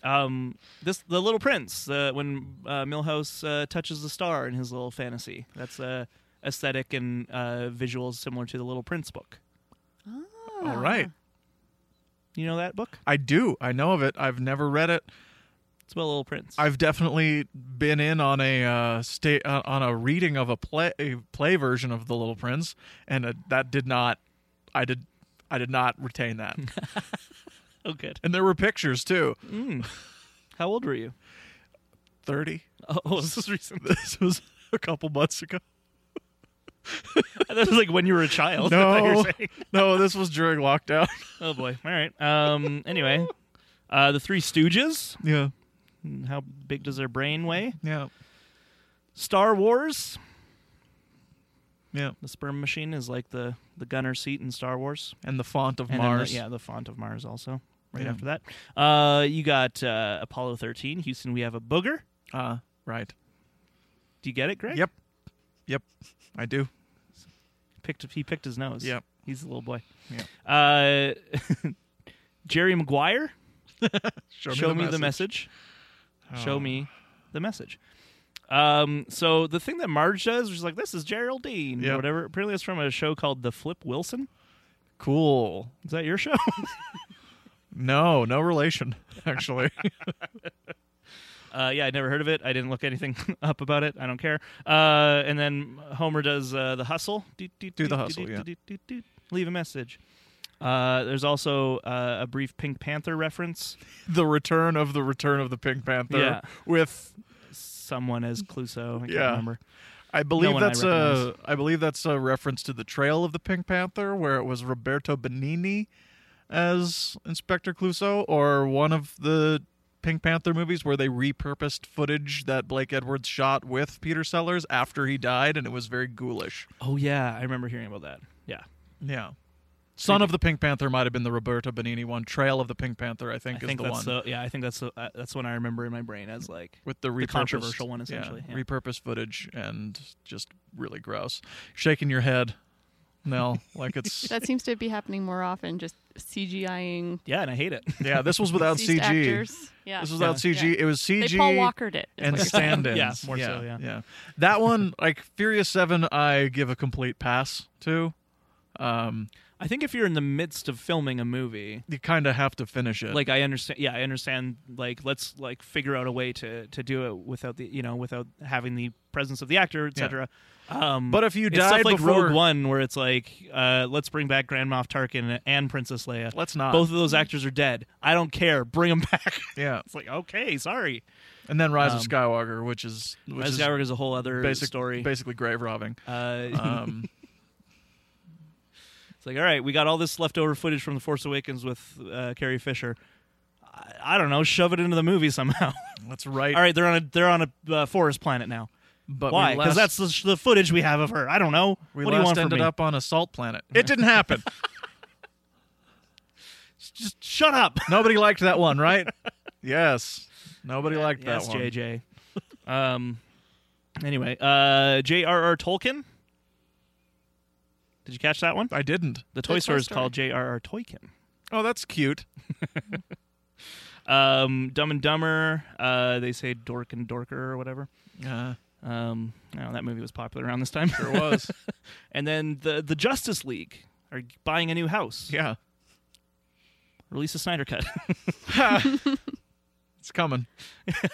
Um, this the Little Prince. Uh, when uh, Milhouse uh, touches the star in his little fantasy. That's uh, aesthetic and uh, visuals similar to the Little Prince book.
All right.
You know that book?
I do. I know of it. I've never read it.
It's about Little Prince.
I've definitely been in on a uh, sta- uh, on a reading of a play a play version of The Little Prince, and uh, that did not. I did. I did not retain that.
oh, good.
and there were pictures too.
How old were you?
Thirty.
Oh, this was recent.
This was a couple months ago.
That was like when you were a child. I thought you were
No,
saying.
no, this was during lockdown.
Oh boy. All right. Um. Anyway, uh, the Three Stooges.
yeah,
How big does their brain weigh?
yeah,
Star Wars.
yeah.
The sperm machine is like the the gunner seat in Star Wars.
And the font of
And then the-
Mars.
yeah, the font of Mars also. Right
Yeah.
after that, uh, you got uh, Apollo 13. Houston, we have a booger.
yeah. Uh, right.
Do you get it, Greg?
Yep. Yep. I do.
Picked he picked his nose.
Yep.
He's a little boy.
Yep.
Uh, Jerry Maguire.
Show
show me the message.
Oh.
Show me the message. Um, so the thing that Marge does is like, this is Geraldine or
Yep.
whatever. Apparently, it's from a show called The Flip Wilson.
Cool.
Is that your show?
No, no relation. Actually,
uh, yeah, I never heard of it. I didn't look anything up about it. I don't care. Uh, and then Homer does uh, the hustle. Do,
Do the hustle, yeah.
Leave a message. Uh, there's also uh, a brief Pink Panther reference.
the return of the return of the Pink Panther.
Yeah.
With
Someone as Cluso. I can't
Yeah.
remember.
I believe
one I
that's a I believe that's a reference to the Trail of the Pink Panther, where it was Roberto Benigni as Inspector Clouseau, or one of the Pink Panther movies where they repurposed footage that Blake Edwards shot with Peter Sellers after he died, and it was very ghoulish.
Oh yeah, I remember hearing about that. Yeah.
Yeah. Son of the Pink Panther might have been the Roberto Benigni one. Trail of the Pink Panther, I think,
I
is
think
the
that's
one
the yeah. I think that's the uh, that's one I remember in my brain as like
with the, repurposed,
controversial one,
yeah,
essentially, yeah.
repurposed footage and just really gross. Shaking your head, Nell, like it's
That seems to be happening more often, just CGIing
yeah, and I hate it.
yeah. This was without
deceased
CG.
actors. Yeah.
This was without
Yeah.
CG. It was
they
CG
Paul Walkered it. is
and
what you're saying.
stand-ins.
Yeah, more so, yeah.
yeah. That one, like Furious Seven, I give a complete pass to. Um,
I think if you're in the midst of filming a movie,
you kind of have to finish it.
like I understand, yeah, I understand. Like let's like figure out a way to to do it without the you know without having the presence of the actor, etc. Um,
But if you
it's
died
stuff like
before-
Rogue One, where it's like uh, let's bring back Grand Moff Tarkin and Princess Leia.
Let's not.
Both of those actors are dead. I don't care. Bring them back.
yeah,
it's like okay, sorry.
and then Rise
Um,
of Skywalker, which is which
Rise
is
of Skywalker is a whole other
basic,
story.
basically grave robbing.
uh,
Um,
It's like, all right, we got all this leftover footage from The Force Awakens with uh, Carrie Fisher. I, I don't know, shove it into the movie somehow.
that's right.
all right, they're on a they're on a uh, forest planet now.
but
Why?
Because
Because that's the, the footage we have of her. I don't know.
we
what
last
do you want from
ended
me?
up on a salt planet. It didn't happen.
Just shut up.
Nobody liked that one, right? Yes. Nobody liked that
yes,
one.
JJ. um. Anyway, uh, J.R.R. Tolkien. Did you catch that one?
I didn't.
The Toy
Toy
Store is
Story.
called J.R.R. Tolkien.
Oh, that's cute.
Um, Dumb and Dumber. Uh, they say Dork and Dorker or whatever.
Uh,
Um, I don't know, that movie was popular around this time.
there was.
And then the the Justice League are buying a new house.
yeah.
Release a Snyder cut.
It's coming.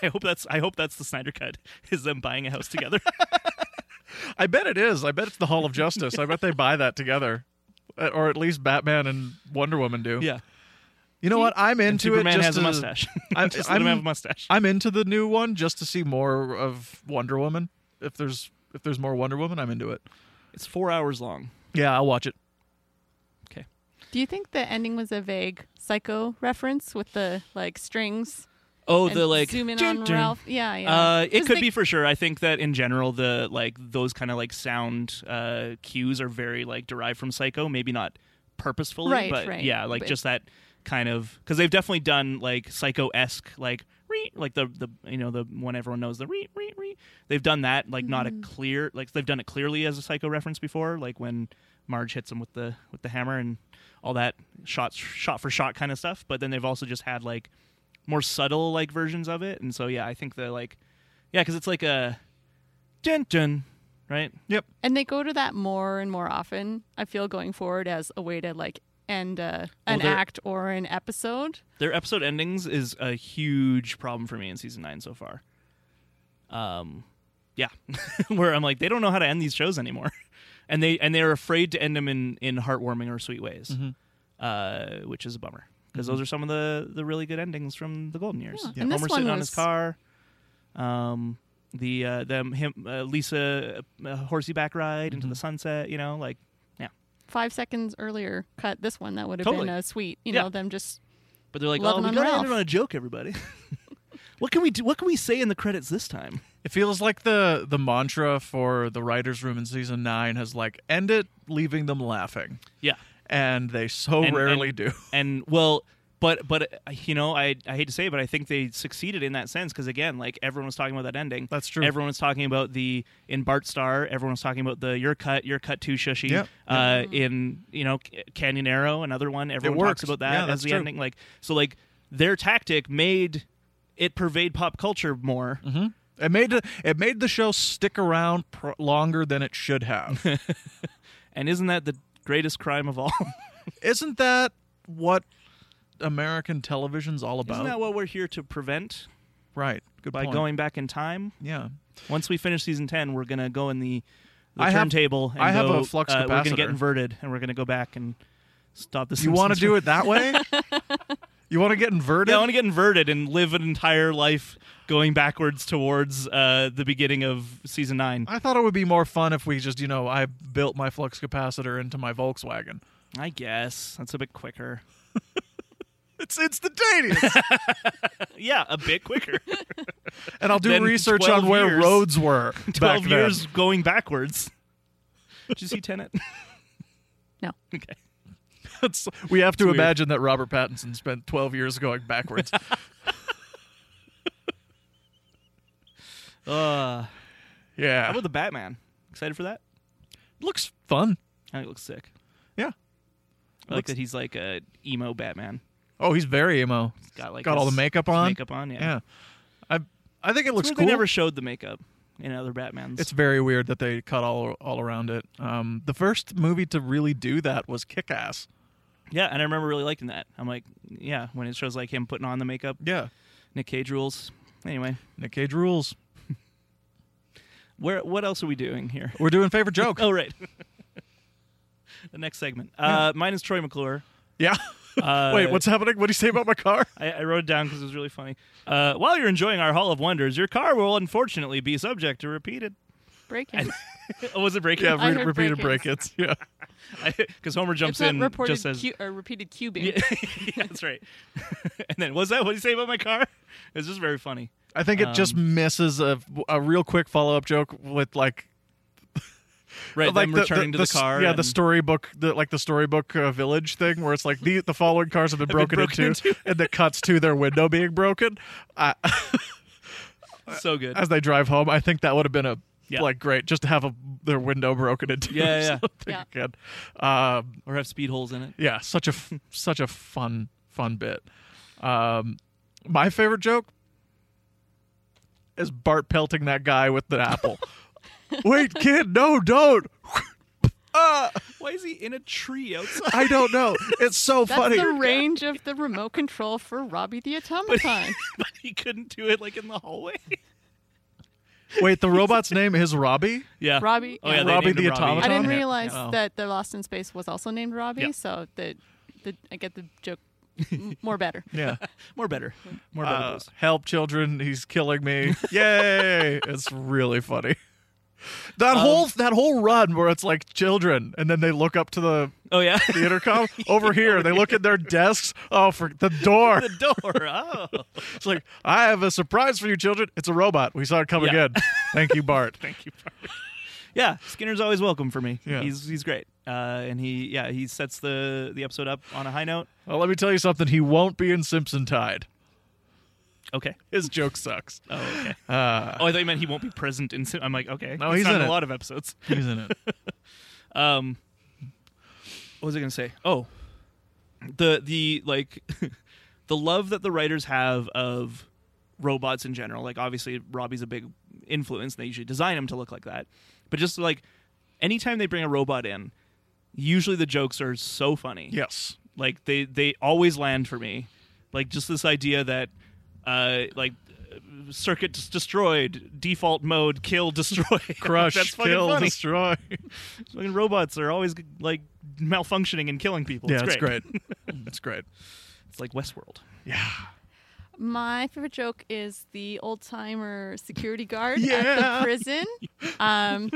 I hope that's I hope that's the Snyder cut. Is them buying a house together?
I bet it is. I bet it's the Hall of Justice. I bet they buy that together. Uh, Or at least Batman and Wonder Woman do.
yeah.
You know what? I'm into
And
it.
Superman
just
has a
to-
mustache.
I-
Just let him
I'm-
have a mustache.
I'm into the new one just to see more of Wonder Woman. If there's if there's more Wonder Woman, I'm into it.
It's four hours long.
Yeah, I'll watch it.
Do you think the ending was a vague psycho reference with the like strings?
Oh,
and
the like
zoom in
dun,
on
dun.
Ralph. Yeah, yeah.
Uh, it
Just
could
think-
be for sure. I think that in general, the like those kind of like sound uh, cues are very like derived from Psycho. Maybe not purposefully,
Right,
but
right.
yeah, like
But-
just that kind of because they've definitely done like Psycho esque like re like the the you know the one everyone knows the re re re. They've done that like not a
Mm-hmm.
clear like they've done it clearly as a Psycho reference before, like when Marge hits him with the with the hammer and all that shot shot for shot kind of stuff. But then they've also just had like more subtle like versions of it, and so yeah, I think the like yeah, because it's like a dun dun, right?
Yep.
And they go to that more and more often. I feel going forward as a way to like end uh,
Well,
an
Oh, there-
act or an episode.
Their episode endings is a huge problem for me in season nine so far. Um, yeah, where I'm like, they don't know how to end these shows anymore, and they and they're afraid to end them in in heartwarming or sweet ways, uh, which is a bummer because those are some of the the really good endings from the golden years.
Yeah, and this
Homer
one
sitting on his
was-
car. Um, the uh, them him uh, Lisa uh, horseback ride into the sunset. You know, like yeah,
Five seconds earlier, cut this one. That would have
Totally.
been uh, sweet. You
Yeah.
know, them just
But they're like,
Love
oh, we
and
gotta end
Ralph.
it on a joke, everybody. what can we do? What can we say in the credits this time?
It feels like the the mantra for the writers' room in season nine has like end it, leaving them laughing,
Yeah,
and they so
And-
rarely
and-
do.
and well, but but uh, you know, I I hate to say, it, but I think they succeeded in that sense because again, like everyone was talking about that ending.
That's true.
Everyone was talking about the in Bart Star. Everyone was talking about the your cut, your cut too shushy.
Yep.
Uh, in you know C- Canyon Arrow, another one. Everyone
works.
talks about that
Yeah,
as
that's
the
true.
ending. Like so, like their tactic made it pervade pop culture more.
It made the, it made the show stick around pr- longer than it should have.
And isn't that the greatest crime of all?
Isn't that what American television's all about?
Isn't that what we're here to prevent?
right. Good
by
point.
going back in time.
Yeah.
Once we finish season ten, we're gonna go in the, the
I have-
turntable. and
I have
go,
a flux
uh, We're gonna
capacitor.
get inverted, and we're gonna go back and stop this.
You want to do it that way? you want to get inverted?
Yeah, I want to get inverted and live an entire life going backwards towards uh, the beginning of season nine.
I thought it would be more fun if we just, you know, I built my flux capacitor into my Volkswagen.
I guess that's a bit quicker.
It's instantaneous.
Yeah, a bit quicker.
and I'll do
Then
research
12
on where
years-
roads were.
Twelve
back then.
years going backwards. Did you see Tenet?
no.
okay.
It's- we have to
weird.
imagine that Robert Pattinson spent 12 years going backwards.
Uh,
yeah.
how about the Batman? Excited for that?
looks fun.
I think it looks sick.
Yeah.
I like
Looks-
that he's like a emo Batman.
Oh, he's very emo.
got like
Got all
his-
the makeup
his
on?
Makeup on, yeah.
Yeah. I I think it
It's
looks
weird
cool.
They never showed the makeup in other Batman's.
it's very weird that they cut all all around it. Um, the first movie to really do that was Kick Ass.
yeah, and I remember really liking that. I'm like, yeah, when it shows like him putting on the makeup,
Yeah.
Nick Cage rules. Anyway,
Nick Cage rules.
where what else are we doing here?
We're doing favorite joke.
Oh right, the next segment. Uh, Mine is Troy McClure.
Yeah.
Uh,
Wait, what's happening? What do you say about my car?
I, I wrote it down because it was really funny. Uh, while you're enjoying our Hall of Wonders, your car will unfortunately be subject to repeated.
Break it.
Oh, was it breaking?
Yeah,
I
re-
heard
repeated
break-ins.
break-ins. Yeah.
because Homer
It's
jumps
not
in
reported
just as
cu- or repeated cubing.
Yeah, yeah, that's right. and then what's that? What did you say about my car? It's just very funny.
I think it just
Um,
misses a, a real quick follow-up joke with like
Right,
like
them returning to the,
s-
car.
Yeah, the
and-
storybook, the, like the storybook uh, village thing, where it's like the the following cars have been broken,
broken
into,
into.
and the cuts to their window being broken. I,
so good.
as they drive home, I think that would have been a
Yeah.
like great just to have a, their window broken into. or
Yeah, yeah.
something
Yeah.
Again. Um,
Or have speed holes in it.
yeah, such a f- such a fun fun bit. Um, my favorite joke is Bart pelting that guy with the apple. Wait, kid, no, don't. Ah!
Why is he in a tree outside?
I don't know. It's so
That's
funny.
the range of the remote control for Robbie the Automaton.
but he couldn't do it like in the hallway.
Wait, the robot's name is Robbie.
Yeah,
Robbie-
Oh yeah, they
Robbie
named him
the
Robbie.
I
automaton?
didn't
Yeah.
realize
Oh.
that the Lost in Space was also named Robbie,
Yeah.
so the, the I get the joke m- more better.
Yeah.
More better. More better.
Uh,
boys.
help, children! He's killing me! Yay! it's really funny. That whole that whole run where it's like children, and then they look up to the,
Oh yeah,
the intercom over here. They look at their desks. Oh, for the door!
the door. Oh,
It's like I have a surprise for you, children. It's a robot. We saw it coming
Yeah.
in. Thank you, Bart.
thank you. Bart. Yeah, Skinner's always welcome for me.
Yeah.
He's he's great. Uh, and he yeah he sets the the episode up on a high note.
Well, let me tell you something. He won't be in Simpson Tide.
Okay.
His joke sucks.
Oh okay. oh, I thought you meant he won't be present in. I'm like okay.
Uh, No, he's
not
in
a
it.
lot of episodes.
He's in it.
Um, what was I gonna say? Oh, the the like the love that the writers have of robots in general. Like obviously Robbie's a big influence. and They usually design him to look like that, but just like anytime they bring a robot in, usually the jokes are so funny.
Yes.
Like they they always land for me. Like just this idea that uh like circuit des- destroyed, default mode kill destroy.
Crush,
That's fucking
kill,
funny.
destroy.
Fucking robots are always like malfunctioning and killing people.
yeah,
it's
it's
great.
great. It's great.
It's like Westworld.
Yeah.
My favorite joke is the old timer security guard at
Yeah.
the prison. Um,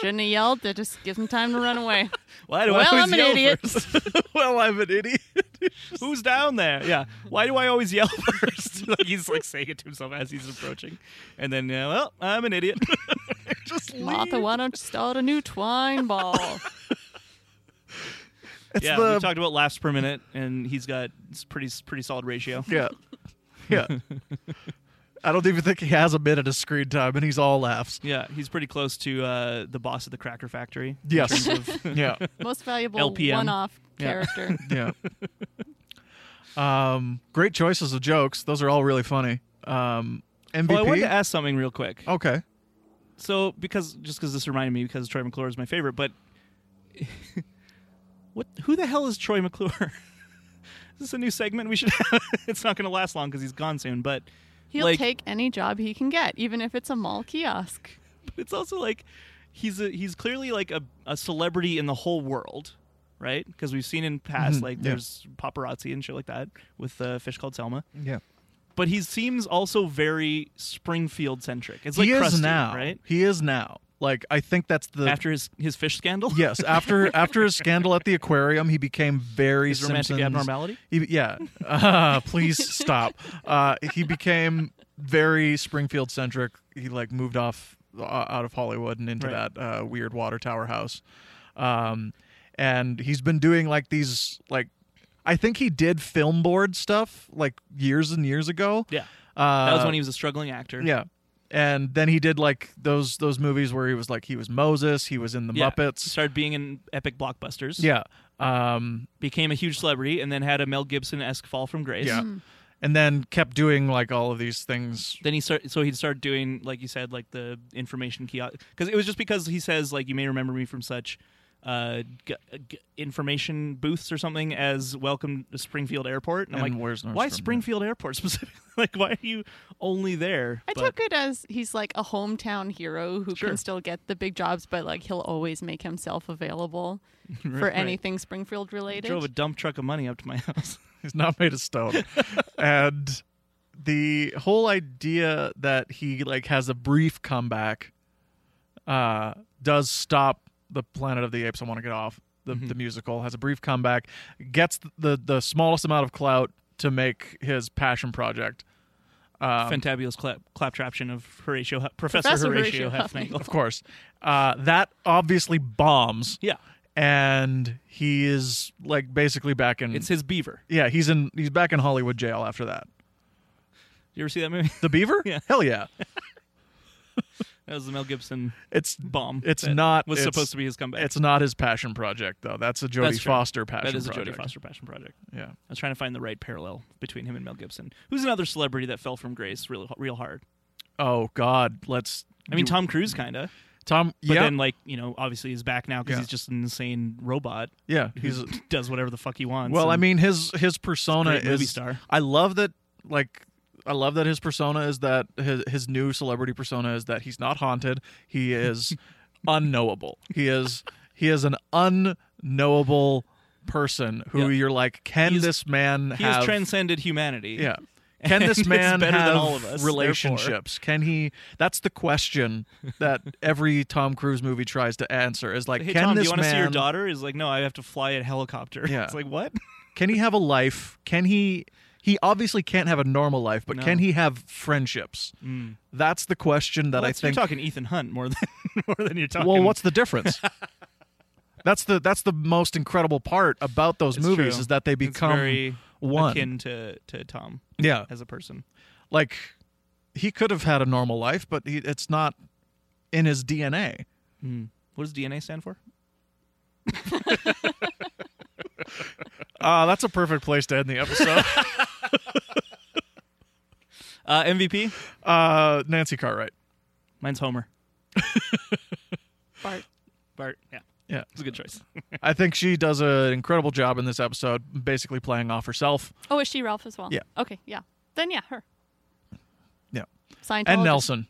shouldn't have yelled. That just gives him time to run away.
Why do
Well,
I always
I'm an
yell
idiot.
first?
well, I'm an idiot.
Who's down there? Yeah. Why do I always yell first? like he's like saying it to himself as he's approaching, and then uh, well, I'm an idiot.
Just leave.
Martha, why don't you start a new twine ball?
It's
yeah,
the-
we talked about laughs per minute, and he's got it's pretty pretty solid ratio.
Yeah. Yeah. I don't even think he has a minute of screen time, and he's all laughs.
Yeah, he's pretty close to uh, the boss of the Cracker Factory. in
Yes.
terms of-
Yeah.
Most valuable
LPM.
one-off
Yeah.
character.
Yeah. Um, great choices of jokes. Those are all really funny. Um, MVP.
well, I wanted to ask something real quick.
okay.
So, because just because this reminded me, because Troy McClure is my favorite, but what? Who the hell is Troy McClure? is this a new segment we should? have? it's not going to last long because he's gone soon. But
He'll
Like-
take any job he can get, even if it's a mall kiosk.
but it's also like he's a, he's clearly like a, a celebrity in the whole world, right? Because we've seen in past
Mhm,
like
yeah.
there's paparazzi and shit like that with uh, fish called Selma.
Yeah.
But he seems also very Springfield centric. It's like
he
crusty,
is now.
right?
He is now. Like I think that's the
After his his fish scandal,
yes after after his scandal at the aquarium, he became very
his romantic
Simpsons.
abnormality.
He- yeah. Uh, please stop. Uh, he became very Springfield centric. He like moved off uh, out of Hollywood and into
Right.
that uh, weird water tower house. Um, and he's been doing like these like I think he did film board stuff like years and years ago.
Yeah.
Uh,
That was when he was a struggling actor.
yeah. And then he did like those those movies where he was like he was Moses, he was in the
Yeah.
Muppets.
Started being in epic blockbusters.
Yeah. Um
Became a huge celebrity and then had a Mel Gibson esque fall from grace.
yeah. And then kept doing like all of these things
Then he start so he'd start doing like you said like the information kiosk because it was just because he says like you may remember me from such uh g- g- information booths or something as welcome to Springfield Airport and I'm
And
like
where's Nordstrom?
why Springfield Airport specifically like why are you only there
I
But-
took it as he's like a hometown hero who
Sure.
can still get the big jobs, but like he'll always make himself available for
Right.
anything Springfield related.
drove a dump truck of money up to my house
He's not made of stone. and the whole idea that he like has a brief comeback uh does stop the Planet of the Apes I want to get off. The, the musical has a brief comeback, gets the the smallest amount of clout to make his passion project. Um,
fantabulous clap claptraption of Horatio Hef- Professor,
Professor
Horatio,
Horatio
Hefnagel
Of course, uh, that obviously bombs,
yeah
and he is like basically back in.
it's his beaver
yeah, he's in. He's back in Hollywood jail after that.
you ever see that movie
The Beaver?
Yeah.
Hell yeah!
that was the Mel Gibson
It's
bomb
It's
that
not-
was
it's-
supposed to be his comeback
It's not his passion project though. That's a Jodie
That's true.
Foster passion
that is a
project.
Jodie Foster passion project
Yeah.
I was trying to find the right parallel between him and Mel Gibson, who's another celebrity that fell from grace real, real hard.
Oh God, let's.
I mean,
you-
Tom Cruise kind of,
Tom.
but
yeah.
then like you know, obviously he's back now because
Yeah.
he's just an insane robot.
yeah. He's.
He's does whatever the fuck he wants.
well, I
and
mean, his his persona
great movie
is.
star.
I love that. Like, I love that his persona is that his his new celebrity persona is that he's not haunted. He is unknowable. He is he is an unknowable person who
Yeah.
you're like, can
He's-
this man
he
have
has transcended humanity.
Yeah. Can
And
this
it's
man
better than
have
all of us,
relationships? Can he? That's the question that every Tom Cruise movie tries to answer. Is like,
Hey
can
Tom, do
this
you want to
man?
see your daughter? Is like, no, I have to fly a helicopter.
Yeah.
it's like what?
Can he have a life? Can he? He obviously can't have a normal life, but
No.
can he have friendships? That's the question that
Well,
I
that's- you're
think.
talking Ethan Hunt more than more than you're talking.
well, what's the difference? that's the that's the most incredible part about those
It's
movies
true.
is that they
It's
become
very
one.
akin to to Tom
yeah,
as a person?
like he could have had a normal life, but he, it's not in his DNA.
What does DNA stand for?
Uh, that's a perfect place to end the episode.
Uh, MVP.
uh, Nancy Cartwright.
Mine's Homer.
Bart.
Bart. Yeah.
Yeah.
It's a good choice.
I think she does an incredible job in this episode, basically playing off herself.
Oh, is she Ralph as well?
Yeah.
Okay, yeah. Then yeah, her.
Yeah.
Scientologist.
And Nelson.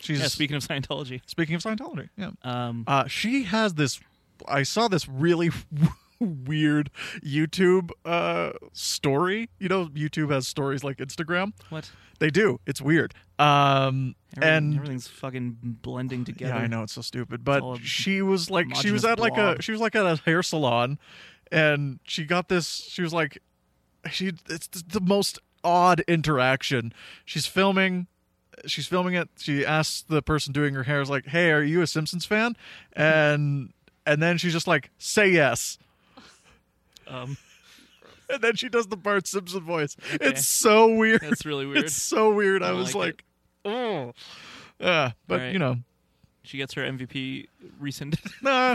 She's
Yeah, speaking of Scientology,
speaking of Scientology. Yeah.
um,
Uh, she has this. I saw this really weird YouTube uh, story. You know, YouTube has stories like Instagram.
what?
They do. It's weird. Um,
Everything-
and
everything's fucking blending together.
yeah, I know it's so stupid, but
all a
she was like, she was
homogeneous
at like a,
blob.
she was like at a hair salon, and she got this. She was like, she. It's th- the most odd interaction. She's filming. She's filming it. She asks the person doing her hair, "Is like, hey, are you a Simpsons fan?" And and then she's just like, "Say yes."
Um,
And then she does the Bart Simpson voice.
Okay.
It's so weird.
that's really weird.
It's so weird. I,
I
was
like
like, oh, yeah. But
Alright.
you know,
she gets her MVP rescinded.
nah,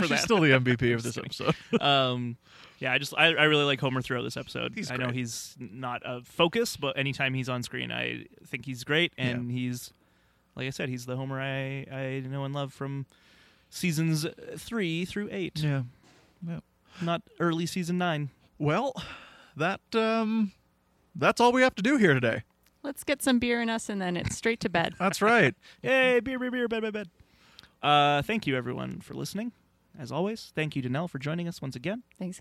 For
she's
that.
still the MVP of this
Just
episode.
um, yeah, I just I, I really like Homer throughout this episode.
He's
I know
great.
he's not a focus, but anytime he's on screen, I think he's great, and he's like I said, he's the Homer I I know and love from seasons three through eight,
Yeah.
not early season nine.
Well, that um, that's all we have to do here today.
Let's get some beer in us and then it's straight to bed.
That's right.
Yay, beer, beer, beer, bed, bed, bed. Uh, thank you everyone for listening. As always, thank you to Nell for joining us once again.
Thanks.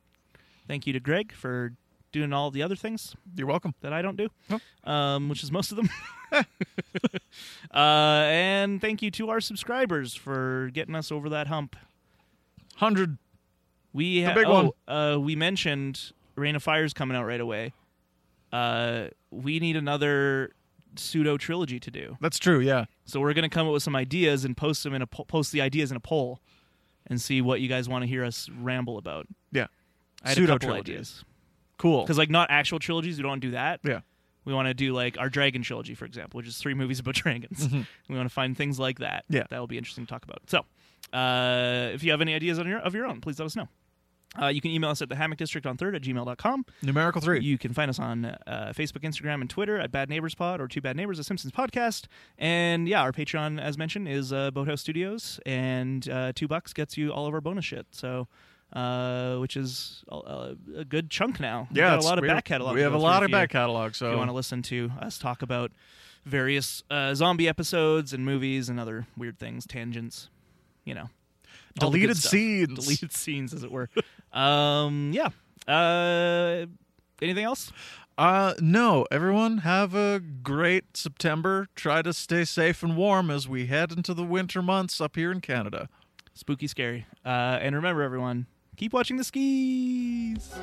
Thank you to Greg for doing all the other things
You're welcome.
that I don't do,
Huh.
um, which is most of them. uh, and thank you to our subscribers for getting us over that hump.
Hundred.
We ha-
big
oh, Uh, we mentioned Rain of Fire's coming out right away. Uh, we need another pseudo trilogy to do,
That's true. Yeah.
so we're gonna come up with some ideas and post them in a po- post the ideas in a poll, and see what you guys want to hear us ramble about.
Yeah.
I had a couple
Pseudo-trilogies.
ideas
Cool.
because like not actual trilogies, we don't do that.
Yeah.
We want to do like our dragon trilogy, for example, which is three movies about dragons. We want to find things like that.
Mm-hmm. Yeah.
That will be interesting to talk about. So, uh, if you have any ideas on your, of your own, please let us know. Uh, you can email us at the hammock district on third at gmail.com.
Numerical three.
You can find us on uh, Facebook, Instagram, and Twitter at Bad Neighbors Pod or Two Bad Neighbors, a Simpsons podcast. And yeah, our Patreon, as mentioned, is uh, Boathouse Studios, and uh, two bucks gets you all of our bonus shit. So, uh, which is a, a good chunk now. We've got
it's-
a lot of
we
back
have-
catalog.
We
to
have
go
a
through
lot
if
of
you-
back catalog. So
if you want to listen to us talk about various uh, zombie episodes and movies and other weird things, tangents, you know, all the good
deleted
stuff.
scenes.
deleted scenes, as it were. um, yeah. Uh, anything else?
Uh, no. Everyone, have a great September. Try to stay safe and warm as we head into the winter months up here in Canada.
Spooky, scary. Uh, and remember, everyone, keep watching the skis.